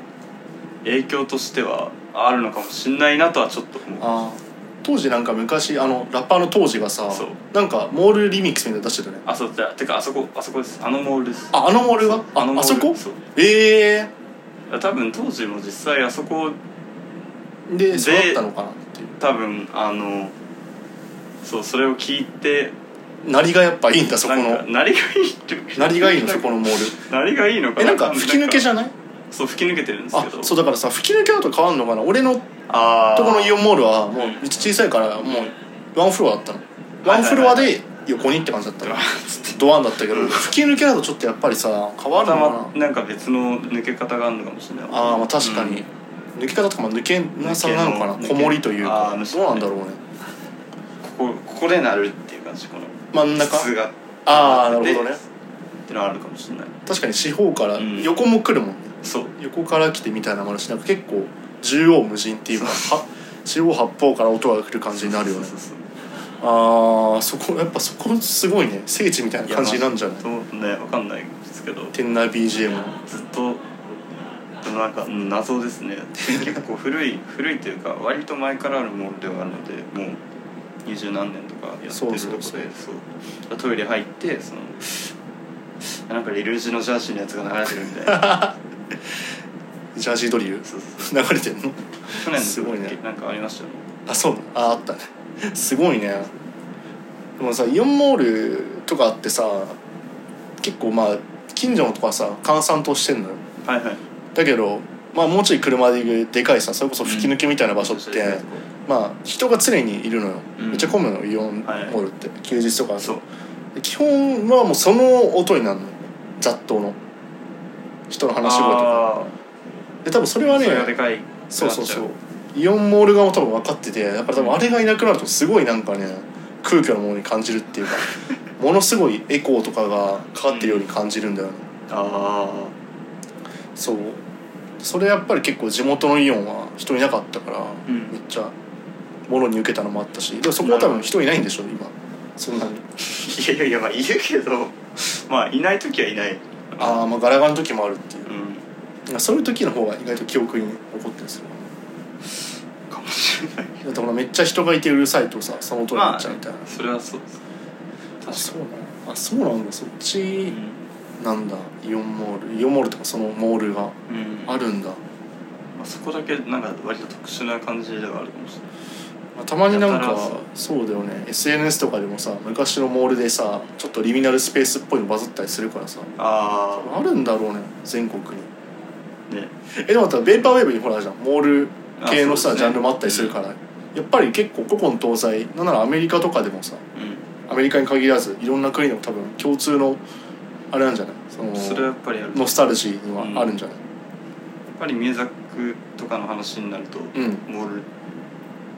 Speaker 2: 影響としてはあるのかもしんないなとはちょっと思う
Speaker 3: あー当時なんか昔あのラッパーの当時がさ
Speaker 2: そう
Speaker 3: なんかモールリミックスみたいなの出してたね
Speaker 2: あそうててかあそこあそこですあのモールです
Speaker 3: ああのモールがあ
Speaker 2: の
Speaker 3: あ
Speaker 2: モール
Speaker 3: そこ
Speaker 2: う
Speaker 3: ええ
Speaker 2: 多分当時も実際あそこ
Speaker 3: ー、で育ったのかなってい
Speaker 2: 多分あのそうそれを聞いて
Speaker 3: うなりがやっぱいいんだそこの
Speaker 2: なんかなりがいいって
Speaker 3: なりがいいのそこのモー
Speaker 2: なりがいいのか
Speaker 3: ルえなんか吹き抜けじ
Speaker 2: ゃ
Speaker 3: ゃない
Speaker 2: そう吹き抜けてるんです
Speaker 3: あ
Speaker 2: けど
Speaker 3: そうだからさ吹き抜けだと変わんのかな俺のと
Speaker 2: あー
Speaker 3: このイオンモールはも
Speaker 2: う
Speaker 3: う
Speaker 2: ん
Speaker 3: めっちゃ小さいからもうワンフロアだったの
Speaker 2: はい
Speaker 3: ワンフロアで横にって感じだったのドワンだったけど
Speaker 2: うん
Speaker 3: 吹き抜けだとちょっとやっぱりさ変わ
Speaker 2: ま
Speaker 3: るの
Speaker 2: た
Speaker 3: かな
Speaker 2: まなんか別の抜け方があるのかもしれない
Speaker 3: ああまあ確かに、
Speaker 2: うん
Speaker 3: 抜け方とかも抜けなさなのかな
Speaker 2: 抜け
Speaker 3: こもりという
Speaker 2: あ
Speaker 3: か
Speaker 2: ー
Speaker 3: どうなんだろうね
Speaker 2: ここここでなるっていう感じこの
Speaker 3: 真ん中
Speaker 2: 筒がっ
Speaker 3: ああなるほどね
Speaker 2: でてのはあるかもしれない
Speaker 3: 確かに四方から
Speaker 2: うん
Speaker 3: 横も来るもんね、
Speaker 2: そう
Speaker 3: 横から来てみたいなのもあるしなんか結構縦横無尽っていうかは四方八方から音が来る感じになるよね
Speaker 2: そうそうそう
Speaker 3: ああそこやっぱそこすごいね聖地みたいな感じなんじゃない
Speaker 2: やまあそうねわかんないですけど
Speaker 3: 店内 BGM の
Speaker 2: ずっとでもなんかうん謎ですね 結構古い古いというか割と前からあるモールではあるのでもう二十何年とかやってるとこ
Speaker 3: そう
Speaker 2: で
Speaker 3: そうそう
Speaker 2: そうトイレ入ってそのなんかリルージュのジャージーのやつが流れてるみた いな
Speaker 3: ジャージードリル
Speaker 2: そうそう
Speaker 3: 流れてんの
Speaker 2: 去年
Speaker 3: す
Speaker 2: の
Speaker 3: ごい
Speaker 2: 時、
Speaker 3: ね
Speaker 2: なんかありましたよね
Speaker 3: あそうなのああったねすごいねでもさイオンモールとかあってさ結構まあ近所のとかさ閑散としてんのよ
Speaker 2: はいはい
Speaker 3: だけどまあもうちょい車で行くでかいさそれこそ吹き抜けみたいな場所って、まあ人が常にいるのよ、
Speaker 2: うん
Speaker 3: めっちゃ混むのよイオンモールって、休日とかあると
Speaker 2: そう
Speaker 3: で基本はもうその音になるのよ雑踏の人の話し声とか
Speaker 2: あ
Speaker 3: で多分それ
Speaker 2: ー
Speaker 3: はね
Speaker 2: それがでかい
Speaker 3: そうそうそう
Speaker 2: なっ
Speaker 3: イオンモール側も多分分かっててだから多分あれがいなくなるとすごいなんかね空虚なものに感じるって いうかものすごいエコーとかがかかってるように感じるんだよね、
Speaker 2: ちゃうあ
Speaker 3: そうそれやっぱり結構地元のイオンは人いなかったから、
Speaker 2: ん
Speaker 3: めっちゃもろに受けたのもあったしでもそこは多分人いないんでしょ今そんなに
Speaker 2: あいやいやいやまあいるけどまあいない時はいない
Speaker 3: ああまあガラガラの時もあるっていう
Speaker 2: うん
Speaker 3: うそういう時の方が意外と記憶に残ってるんですよ
Speaker 2: かもしれない
Speaker 3: だってほらめっちゃ人がいてうるさいとさその音にな
Speaker 2: ま
Speaker 3: っちゃうみたいな、
Speaker 2: あそれはそうです
Speaker 3: あそうなんだあそうなんだそっちなんだイオンモールイオンモールとかそのモールが
Speaker 2: うん、うん
Speaker 3: あるんだ、
Speaker 2: まあ、そこだけなんか割と特殊な感じではあるかもしれない
Speaker 3: まあ、たまになん
Speaker 2: やた
Speaker 3: から
Speaker 2: そう
Speaker 3: そうだよね SNS とかでもさ昔のモールでさちょっとリミナルスペースっぽいのバズったりするからさ
Speaker 2: あ
Speaker 3: あるんだろうね全国に
Speaker 2: あね
Speaker 3: えでもまたベーパーウェーブにほらあるじゃんモール系のさ、
Speaker 2: あそうですね
Speaker 3: ジャンルもあったりするから、やっぱり結構古今東西なんならアメリカとかでもさ
Speaker 2: う
Speaker 3: アメリカに限らずいろんな国でも多分共通のあれなんじゃないその
Speaker 2: んそれはやっぱりあるや
Speaker 3: ノ
Speaker 2: っ
Speaker 3: スタルジーにはあるんじゃない、
Speaker 2: ぱりミュージックとかの話になると、
Speaker 3: ん
Speaker 2: モール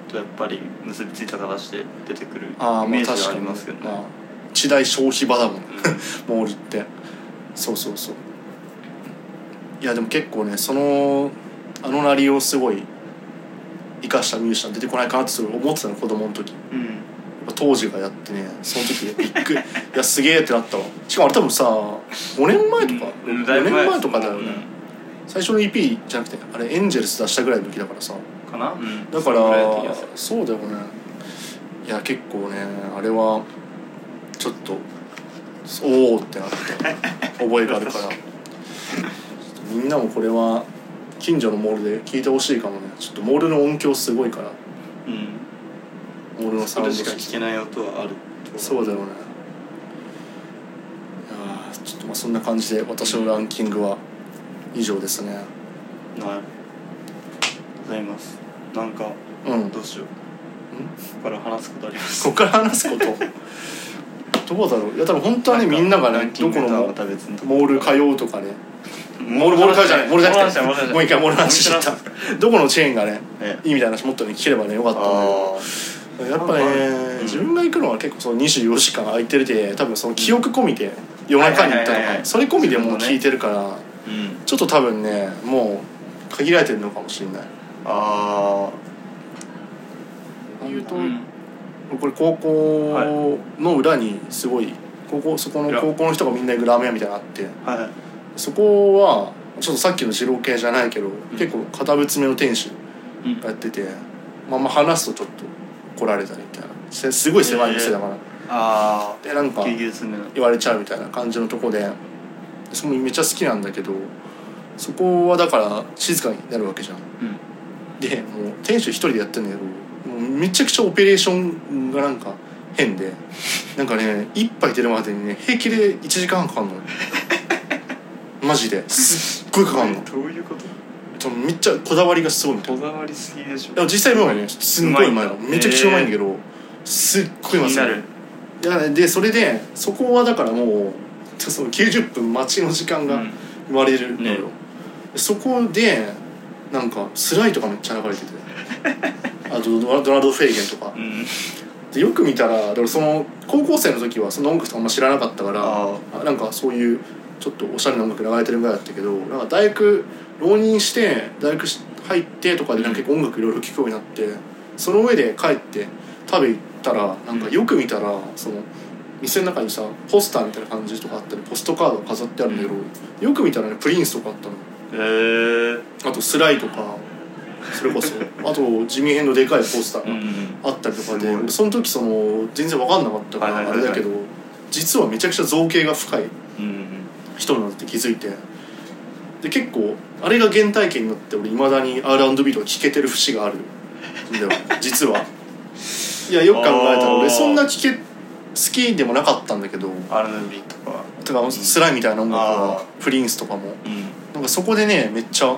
Speaker 2: とやっぱり結びついた形で出てくるイメ
Speaker 3: ああまあ
Speaker 2: ージ
Speaker 3: 確
Speaker 2: は
Speaker 3: か
Speaker 2: あり
Speaker 3: に
Speaker 2: ますけどね
Speaker 3: まあ一大消費場だもんね
Speaker 2: うん
Speaker 3: モールってそうそうそういやでも結構ねそのあのなりをすごい生かしたミュージシャン出てこないかなってすごい思ってたの子供の時や
Speaker 2: うん
Speaker 3: っぱ当時がやってねその時でびっ くりいやすげえってなったわしかもあれ多分さ5年前とか
Speaker 2: うんだい
Speaker 3: 4
Speaker 2: ぶ
Speaker 3: 年
Speaker 2: 前
Speaker 3: 前とかだよね、最初の EP じゃなくてあれエンジェルス出したぐらいの時だからさ
Speaker 2: うんかな、うん
Speaker 3: だか
Speaker 2: それ
Speaker 3: ら
Speaker 2: ぐらいの気がする
Speaker 3: そうだよねいや結構ねあれはちょっとお おってなった覚えがあるからみんなもこれは近所のモールで聞いてほしいかもねちょっとモールの音響すごいから
Speaker 2: うん
Speaker 3: モールのサ
Speaker 2: そ
Speaker 3: ウン
Speaker 2: れし
Speaker 3: ド
Speaker 2: か聞けない音はある
Speaker 3: そうだよねいやーちょっとまあそんな感じで私のランキングは以上ですね
Speaker 2: はいございますなんか
Speaker 3: うん
Speaker 2: どうしようここから話すことあります
Speaker 3: ここから 話すことどうだろういや多分本当はねみんなが
Speaker 2: ラ
Speaker 3: ね
Speaker 2: ンキ
Speaker 3: ど
Speaker 2: ング
Speaker 3: こと
Speaker 2: は
Speaker 3: の
Speaker 2: また別のとこ
Speaker 3: モール通うとかね
Speaker 2: モ
Speaker 3: モールモール通うじゃないモールじゃなくて
Speaker 2: モールじゃない
Speaker 3: もう一回モールの話しちゃっ
Speaker 2: モ
Speaker 3: た
Speaker 2: ール
Speaker 3: どこのチェーンがね
Speaker 2: ね
Speaker 3: いいみたいな話もっとね聞ければねよかったんだ
Speaker 2: あ
Speaker 3: けどやっぱね、
Speaker 2: うん
Speaker 3: 自分が行くのは結構その24時間空いてるで多分その記憶込みで夜中に行った
Speaker 2: はいはいは
Speaker 3: の
Speaker 2: い
Speaker 3: か
Speaker 2: はい
Speaker 3: それ込みでもう聞いてるから
Speaker 2: ーうん
Speaker 3: ちょっと多分ねもう限られてるのかもしれない
Speaker 2: あ
Speaker 3: 言うと、
Speaker 2: ーうん
Speaker 3: これ高校の裏にすごい高校そこの高校の人がみんな行くラーメン屋みたいなのあって
Speaker 2: はい
Speaker 3: そこはちょっとさっきの二郎系じゃないけど、結構堅物めの店主
Speaker 2: うん
Speaker 3: やってて、まあ、まあ話すとちょっと怒られたりみたいなせすごい狭い店だから、
Speaker 2: あ
Speaker 3: でなん
Speaker 2: あ
Speaker 3: か
Speaker 2: ギリギリ詰めな
Speaker 3: 言われちゃうみたいな感じのとこでそのめっちゃ好きなんだけどそこはだから静かになるわけじゃん
Speaker 2: うん
Speaker 3: でもう店主一人でやってんだけどもうめちゃくちゃオペレーションがなんか変でなんかね一杯出るまでにね平気で1時間半かかんのマジですっごいかかんの
Speaker 2: どういうこと
Speaker 3: でもめっちゃこだわりがすごいみたいな
Speaker 2: こだわりすぎでしょ
Speaker 3: でも実際うまいねすんごいうまいの
Speaker 2: うまいんだ
Speaker 3: めちゃくちゃうまいんだけど、すっご
Speaker 2: 気
Speaker 3: いうま
Speaker 2: に
Speaker 3: そ
Speaker 2: な
Speaker 3: う
Speaker 2: る
Speaker 3: だからでそれでそこはだからもうその90分待ちの時間が生まれるのよ、
Speaker 2: ね
Speaker 3: そこでなんかスライとかめっちゃ流れてて あとドラドナルド・フェイゲンとか
Speaker 2: う、ん
Speaker 3: でよく見たらだからその高校生の時はその音楽とかあんま知らなかったから
Speaker 2: あ
Speaker 3: あなんかそういうちょっとおしゃれな音楽流れてるぐらいだったけどなんか大学浪人して大学し入ってとかでなんか結構音楽いろいろ聴くようになってその上で帰って食べ行ったらなんかよく見たらその店の中にさポスターみたいな感じとかあったりポストカードが飾ってあるんだけどよく見たらねプリンスとかあったの
Speaker 2: えー
Speaker 3: あとスライとかそれこそあと地味編のでかいポスター
Speaker 2: う
Speaker 3: が
Speaker 2: ん
Speaker 3: あったりとか
Speaker 2: すご
Speaker 3: で
Speaker 2: い
Speaker 3: その時その全然分かんなかったか
Speaker 2: はい
Speaker 3: らあ
Speaker 2: はいはい
Speaker 3: れ
Speaker 2: はい
Speaker 3: だけど実はめちゃくちゃ造形が深い
Speaker 2: うん
Speaker 3: 人なんだって気づいてで結構あれが原体験になって俺いまだに R&B とか聴けてる節があるん だよ実はいやよく考えたら
Speaker 2: あー
Speaker 3: 俺そんな聴け好きでもなかったんだけど
Speaker 2: R&B とか
Speaker 3: てかスライみたいな音楽
Speaker 2: あ
Speaker 3: は
Speaker 2: ー
Speaker 3: プリンスとかも
Speaker 2: うん
Speaker 3: なんかそこでねめっちゃ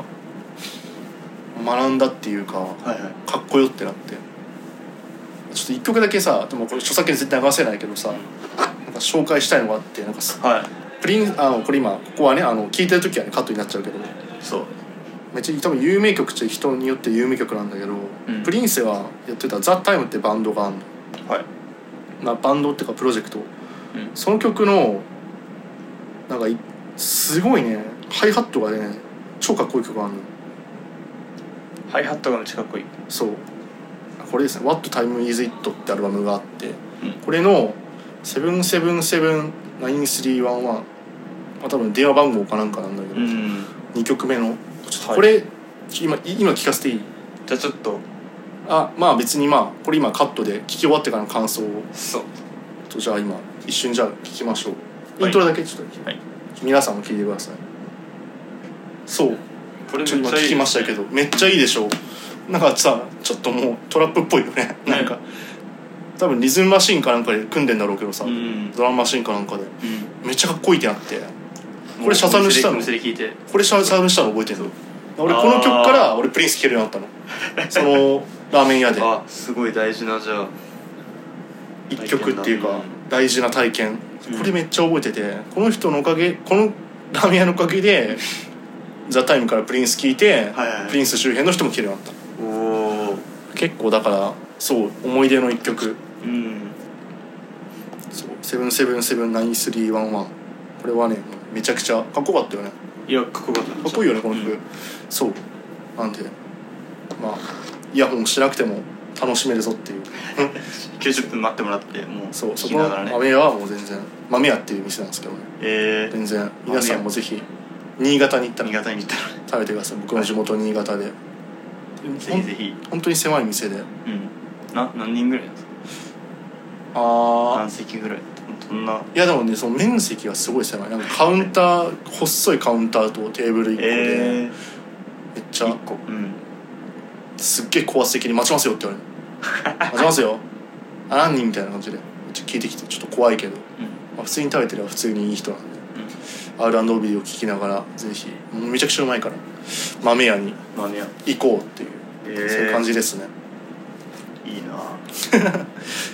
Speaker 3: 学んだっていうか
Speaker 2: はいはい
Speaker 3: かっこよってなってちょっと一曲だけさでもこれ著作権絶対流せないけどさなんか紹介したいのがあってなんかす
Speaker 2: はい
Speaker 3: プリンあのこれ今ここはねあの聞いてる時はねカットになっちゃうけど
Speaker 2: そう
Speaker 3: めっちゃ多分有名曲って人によって有名曲なんだけど、
Speaker 2: うん
Speaker 3: プリンセはやってた「ザ・タイムってバンドがあるの、
Speaker 2: はい
Speaker 3: まあ、バンドっていうかプロジェクト
Speaker 2: うん
Speaker 3: その曲のなんかいすごいねハイハットがね超かっこいい曲があるの
Speaker 2: ハイハットがめっちゃかっこいい
Speaker 3: そうこれですね「What Time Is It」ってアルバムがあって、
Speaker 2: うん
Speaker 3: これの「7779311」まあ多分電話番号かなんかなんだけど、
Speaker 2: ん
Speaker 3: 2曲目のちょっと
Speaker 2: はい
Speaker 3: これ、今い今聞かせていい
Speaker 2: じゃあちょっと
Speaker 3: あまあ別にまあこれ今カットで聞き終わってからの感想を
Speaker 2: そう
Speaker 3: とじゃあ今一瞬じゃあ聞きましょう
Speaker 2: はい
Speaker 3: イントロだけちょっと、
Speaker 2: はい
Speaker 3: 皆さんも聞いてくださいそう
Speaker 2: これめっ
Speaker 3: ちょっと
Speaker 2: ち
Speaker 3: 今
Speaker 2: ゃい
Speaker 3: 聞
Speaker 2: い
Speaker 3: きましたけどめっちゃいいでしょなんかさちょっともうトラップっぽいよね
Speaker 2: ね
Speaker 3: なんか多分リズムマシンかなんかで組んでんだろうけどさ、
Speaker 2: うん
Speaker 3: ドラムマシンかなんかで
Speaker 2: うん
Speaker 3: めっちゃかっこいいってなってこれシャザムしたの
Speaker 2: お店でお店で聞いて
Speaker 3: これシャザムしたの覚えてるの俺この曲から俺プリンス聴けるようになっ たのそのラーメン屋で
Speaker 2: あすごい大事なじゃあ
Speaker 3: 一曲っていう
Speaker 2: 体
Speaker 3: か
Speaker 2: 験
Speaker 3: 大事な体験
Speaker 2: うん
Speaker 3: これめっちゃ覚えててこの人のおかげこのラーメン屋のおかげで「ザタイムからプリンス聞いて
Speaker 2: はいはいはい
Speaker 3: プリンス周辺の人も聴けるようになった
Speaker 2: おお
Speaker 3: 結構だからそう思い出の一曲
Speaker 2: うん
Speaker 3: 「そう7779311」これはねめちゃくちゃかっこよかったよね
Speaker 2: いやかっこよかった
Speaker 3: かっこいいよねこの曲、
Speaker 2: うん
Speaker 3: そうなんでまあイヤホンしなくても楽しめるぞっ ていう
Speaker 2: 90分待ってもらってもう
Speaker 3: そうそ
Speaker 2: 聞き
Speaker 3: こ
Speaker 2: な
Speaker 3: の
Speaker 2: がらね
Speaker 3: 豆屋はもう全然豆屋っていう店なんですけどね
Speaker 2: えー
Speaker 3: 全然皆さんもぜひ新潟に行ったら
Speaker 2: 新潟に行ったら
Speaker 3: 食べてください僕の地元新潟で
Speaker 2: ぜひぜひ
Speaker 3: 本当に狭い店で
Speaker 2: うんな何人ぐらいなんですか
Speaker 3: ああ
Speaker 2: 何席ぐらいどんない
Speaker 3: やでもねその面積がすごい狭いなんかカウンター細いカウンターとテーブル1個で、
Speaker 2: えー
Speaker 3: めっちゃ
Speaker 2: 1個うん
Speaker 3: すっげえ高圧的に「待ちますよ」って言われる「待ちますよ」「あ何人?」みたいな感じでちょっと聞いてきてちょっと怖いけど、
Speaker 2: うん
Speaker 3: まあ、普通に食べてれば普通にいい人なんで
Speaker 2: うん
Speaker 3: R&B を聴きながらぜひもうめちゃくちゃうまいから豆屋に
Speaker 2: まあね
Speaker 3: 行こうっていう、
Speaker 2: え
Speaker 3: そういう感じですね
Speaker 2: いいな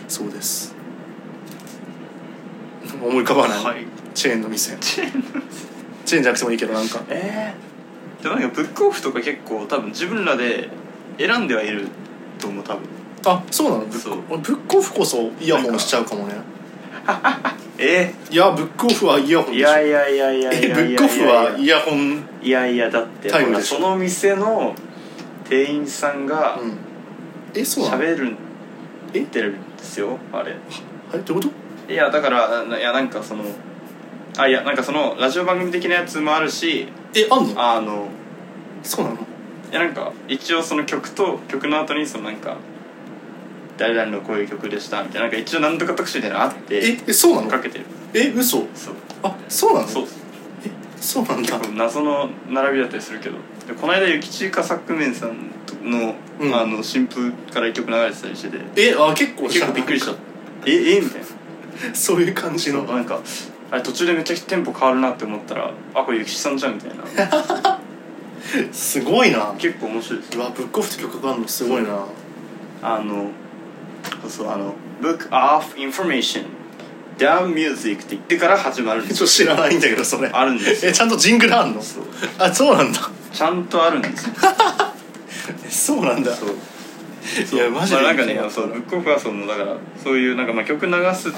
Speaker 3: そうです思い浮かばない、
Speaker 2: はい
Speaker 3: チェーンの店チェーンじゃなくてもいいけどなんか
Speaker 2: ええでもなんかブックオフとか結構多分自分らで選んではいると思う多分
Speaker 3: あそうなのブッ
Speaker 2: そう
Speaker 3: ク俺ブックオフこそイヤホンしちゃうかもね
Speaker 2: え
Speaker 3: いやブックオフはイヤホン
Speaker 2: ー、
Speaker 3: で
Speaker 2: い
Speaker 3: しょ
Speaker 2: やいやいやいやいや
Speaker 3: えブックオフはいイヤホン
Speaker 2: やいやだって
Speaker 3: タイ
Speaker 2: ほ
Speaker 3: ム
Speaker 2: ら
Speaker 3: でしょ
Speaker 2: その店の店員さんが
Speaker 3: うんえそうなの
Speaker 2: 喋るん
Speaker 3: え
Speaker 2: てるんですよあれ
Speaker 3: あれどういうこ
Speaker 2: いやだからないやなんかそのあいやなんかそのラジオ番組的なやつもあるし
Speaker 3: えあんの
Speaker 2: あの
Speaker 3: そうなの
Speaker 2: いやなんか一応その曲と曲の後にそのなんか誰々のこういう曲でしたみたいななんか一応なんとか特集みたいなのあって
Speaker 3: ええそうな
Speaker 2: か
Speaker 3: の
Speaker 2: けてる
Speaker 3: え嘘
Speaker 2: そう
Speaker 3: あそうなの
Speaker 2: そう
Speaker 3: えそうなんだ
Speaker 2: 多分謎の並びだったりするけどでこの間雪中華作面さんの,、
Speaker 3: うん
Speaker 2: あの新風から一曲流れてたりしてて
Speaker 3: えあ結構
Speaker 2: 結構びっくりしたええみたいな
Speaker 3: そういう感じの
Speaker 2: なんかあれ途中でめっちゃテンポ変わるなって思ったらあこれ雪さんじゃんみたいな
Speaker 3: すごいな
Speaker 2: 結構面白いです
Speaker 3: うわブックオフって曲があるのすごいな
Speaker 2: あのそうそうあの「Book of Information Down Music」って言ってから始まるんで
Speaker 3: ちょっ
Speaker 2: す
Speaker 3: と
Speaker 2: よ
Speaker 3: 知らないんだけどそれ
Speaker 2: あるんです
Speaker 3: え
Speaker 2: よ
Speaker 3: ちゃんとジングルあんの
Speaker 2: そう
Speaker 3: あそうなんだ
Speaker 2: ちゃんとあるんですよ
Speaker 3: えそうなんだ
Speaker 2: そう
Speaker 3: いやマジで
Speaker 2: まあ、なんかねそうブックオフはそのだからそういうなんかまあ曲流す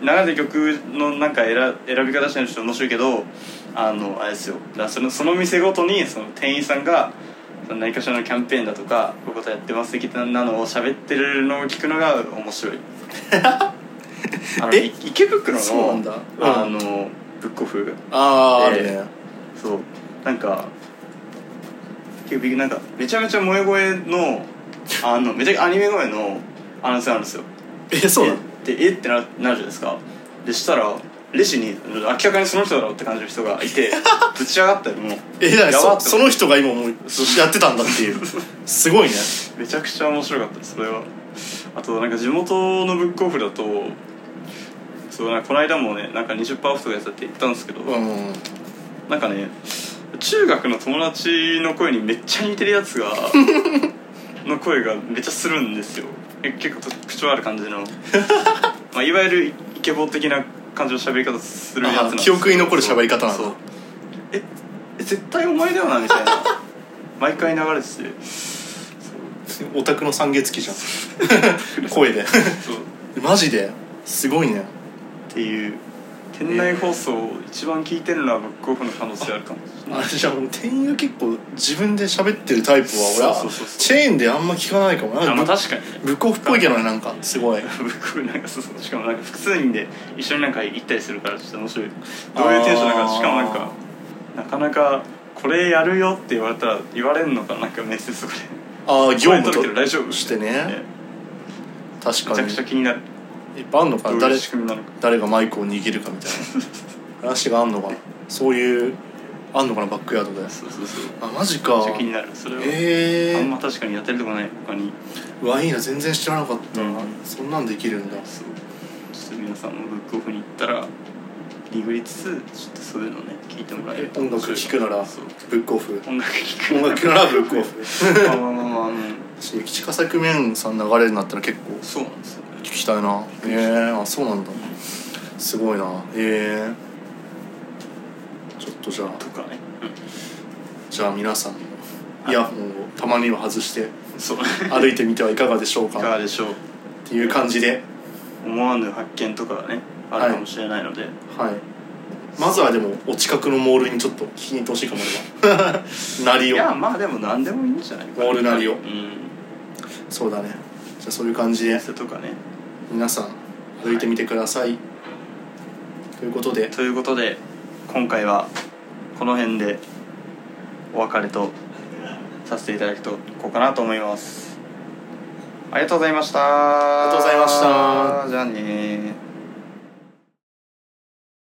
Speaker 2: 流れて曲のなんか選選び方したりして面白いけどあのあれですよだからそのその店ごとにその店員さんがその何かしらのキャンペーンだとかこういうことやってます的なのを喋ってるのを聞くのが面白 いあの
Speaker 3: え
Speaker 2: い池袋の
Speaker 3: そうなんだうん
Speaker 2: あのブックオフ
Speaker 3: あーある
Speaker 2: え
Speaker 3: ね
Speaker 2: そうなんか結局なんかめちゃめちゃ萌え声のあのめちゃアニメ声のアナウンスなんですよ
Speaker 3: えそうなの
Speaker 2: ででえってななるじゃないですかでしたらレジに明らかにその人だろうって感じの人がい てぶち上がったよもう
Speaker 3: えだから
Speaker 2: やば
Speaker 3: そ
Speaker 2: って
Speaker 3: その人が今もうやってたんだって いうすごいね
Speaker 2: めちゃくちゃ面白かったですそれはあとなんか地元のブックオフだとそうなんかこの間もねなんか20%オフとかやったって言ったんですけど、
Speaker 3: うん
Speaker 2: なんかね中学の友達の声にめっちゃ似てるやつ がの声がめっちゃするんですよえ結構口調ある感じの まあいわゆるイケボ的な感じの喋り方するやつなんですけど
Speaker 3: あー記憶に残る喋り方なんだ
Speaker 2: そうええ絶対お前だよなみたい な毎回流れててそう
Speaker 3: オタクの三月期じゃん 声で
Speaker 2: そうっ
Speaker 3: マジですごいね
Speaker 2: ていう店内放送を一番聞いてるのはブックオフの可能性あるかもしれない
Speaker 3: あれじゃあもう店員が結構自分で喋ってるタイプは俺は
Speaker 2: そうそうそうそう
Speaker 3: チェーンであんま聞かないかも
Speaker 2: あ
Speaker 3: なん
Speaker 2: ま
Speaker 3: か
Speaker 2: あ確かにね
Speaker 3: ブックオフっぽいけどねなんかすごい
Speaker 2: ブックオフなんかそうそうしかもなんか複数人で一緒になんか行ったりするからちょっと面白いどういうテンションなん
Speaker 3: あ
Speaker 2: か
Speaker 3: ー
Speaker 2: しかもなんかなかなかこれやるよって言われたら言われんのかなんか面接とかで
Speaker 3: ああ業務
Speaker 2: これ
Speaker 3: と
Speaker 2: 取るけど大丈夫
Speaker 3: してね確
Speaker 2: めち
Speaker 3: か
Speaker 2: ゃ
Speaker 3: に
Speaker 2: くちゃ気になる
Speaker 3: いっぱいあんのか
Speaker 2: どう
Speaker 3: な
Speaker 2: いう
Speaker 3: 誰
Speaker 2: 仕組みなのか
Speaker 3: 誰がマイクを握るかみたい な話があんのかなそういうあんのかなバックヤードで
Speaker 2: そうそうそう
Speaker 3: あマジ
Speaker 2: めっ
Speaker 3: か
Speaker 2: ちゃ気になるそれは、
Speaker 3: え
Speaker 2: あんま
Speaker 3: え
Speaker 2: 確かにやってるとこない他に
Speaker 3: うわいいな全然知らなかったな、
Speaker 2: うん
Speaker 3: そんなんできるんだ
Speaker 2: そうちょっと皆さんもブックオフに行ったらリグりつつちょっとそういうのね聞いてもらえる
Speaker 3: え
Speaker 2: と
Speaker 3: 音楽聴くなら
Speaker 2: そう
Speaker 3: ブックオフ
Speaker 2: 音楽聴く
Speaker 3: 音楽聴くならブックオフ
Speaker 2: まあ まあまあまあうん
Speaker 3: 私吉川作面さん流れになったら結構
Speaker 2: そうなんですよね
Speaker 3: 聞きたいなええあそうなんだすごいなええちょっとじゃあ
Speaker 2: とかね、
Speaker 3: じゃあ皆さんもイヤホンをたまには外して
Speaker 2: そう
Speaker 3: 歩いてみてはいかがでしょう
Speaker 2: いか
Speaker 3: か
Speaker 2: がでしょう
Speaker 3: っていう感じで
Speaker 2: 思わぬ発見とかがねあるかもしれないので、
Speaker 3: はいまずはでもお近くのモールにちょっと聞きに行ってほ しいかも俺はなり
Speaker 2: い、
Speaker 3: を
Speaker 2: やまあでも何でもいいんじゃないか
Speaker 3: オールナリ
Speaker 2: う
Speaker 3: オ
Speaker 2: ん
Speaker 3: そうだねじゃあそういう感じ
Speaker 2: お
Speaker 3: で
Speaker 2: 店とかね
Speaker 3: 皆さん歩いてみてください、ということで
Speaker 2: ということで今回はこの辺でお別れとさせていただくとこうかなと思いますありがとうございましたあ
Speaker 3: りがとうございました
Speaker 2: じゃあねー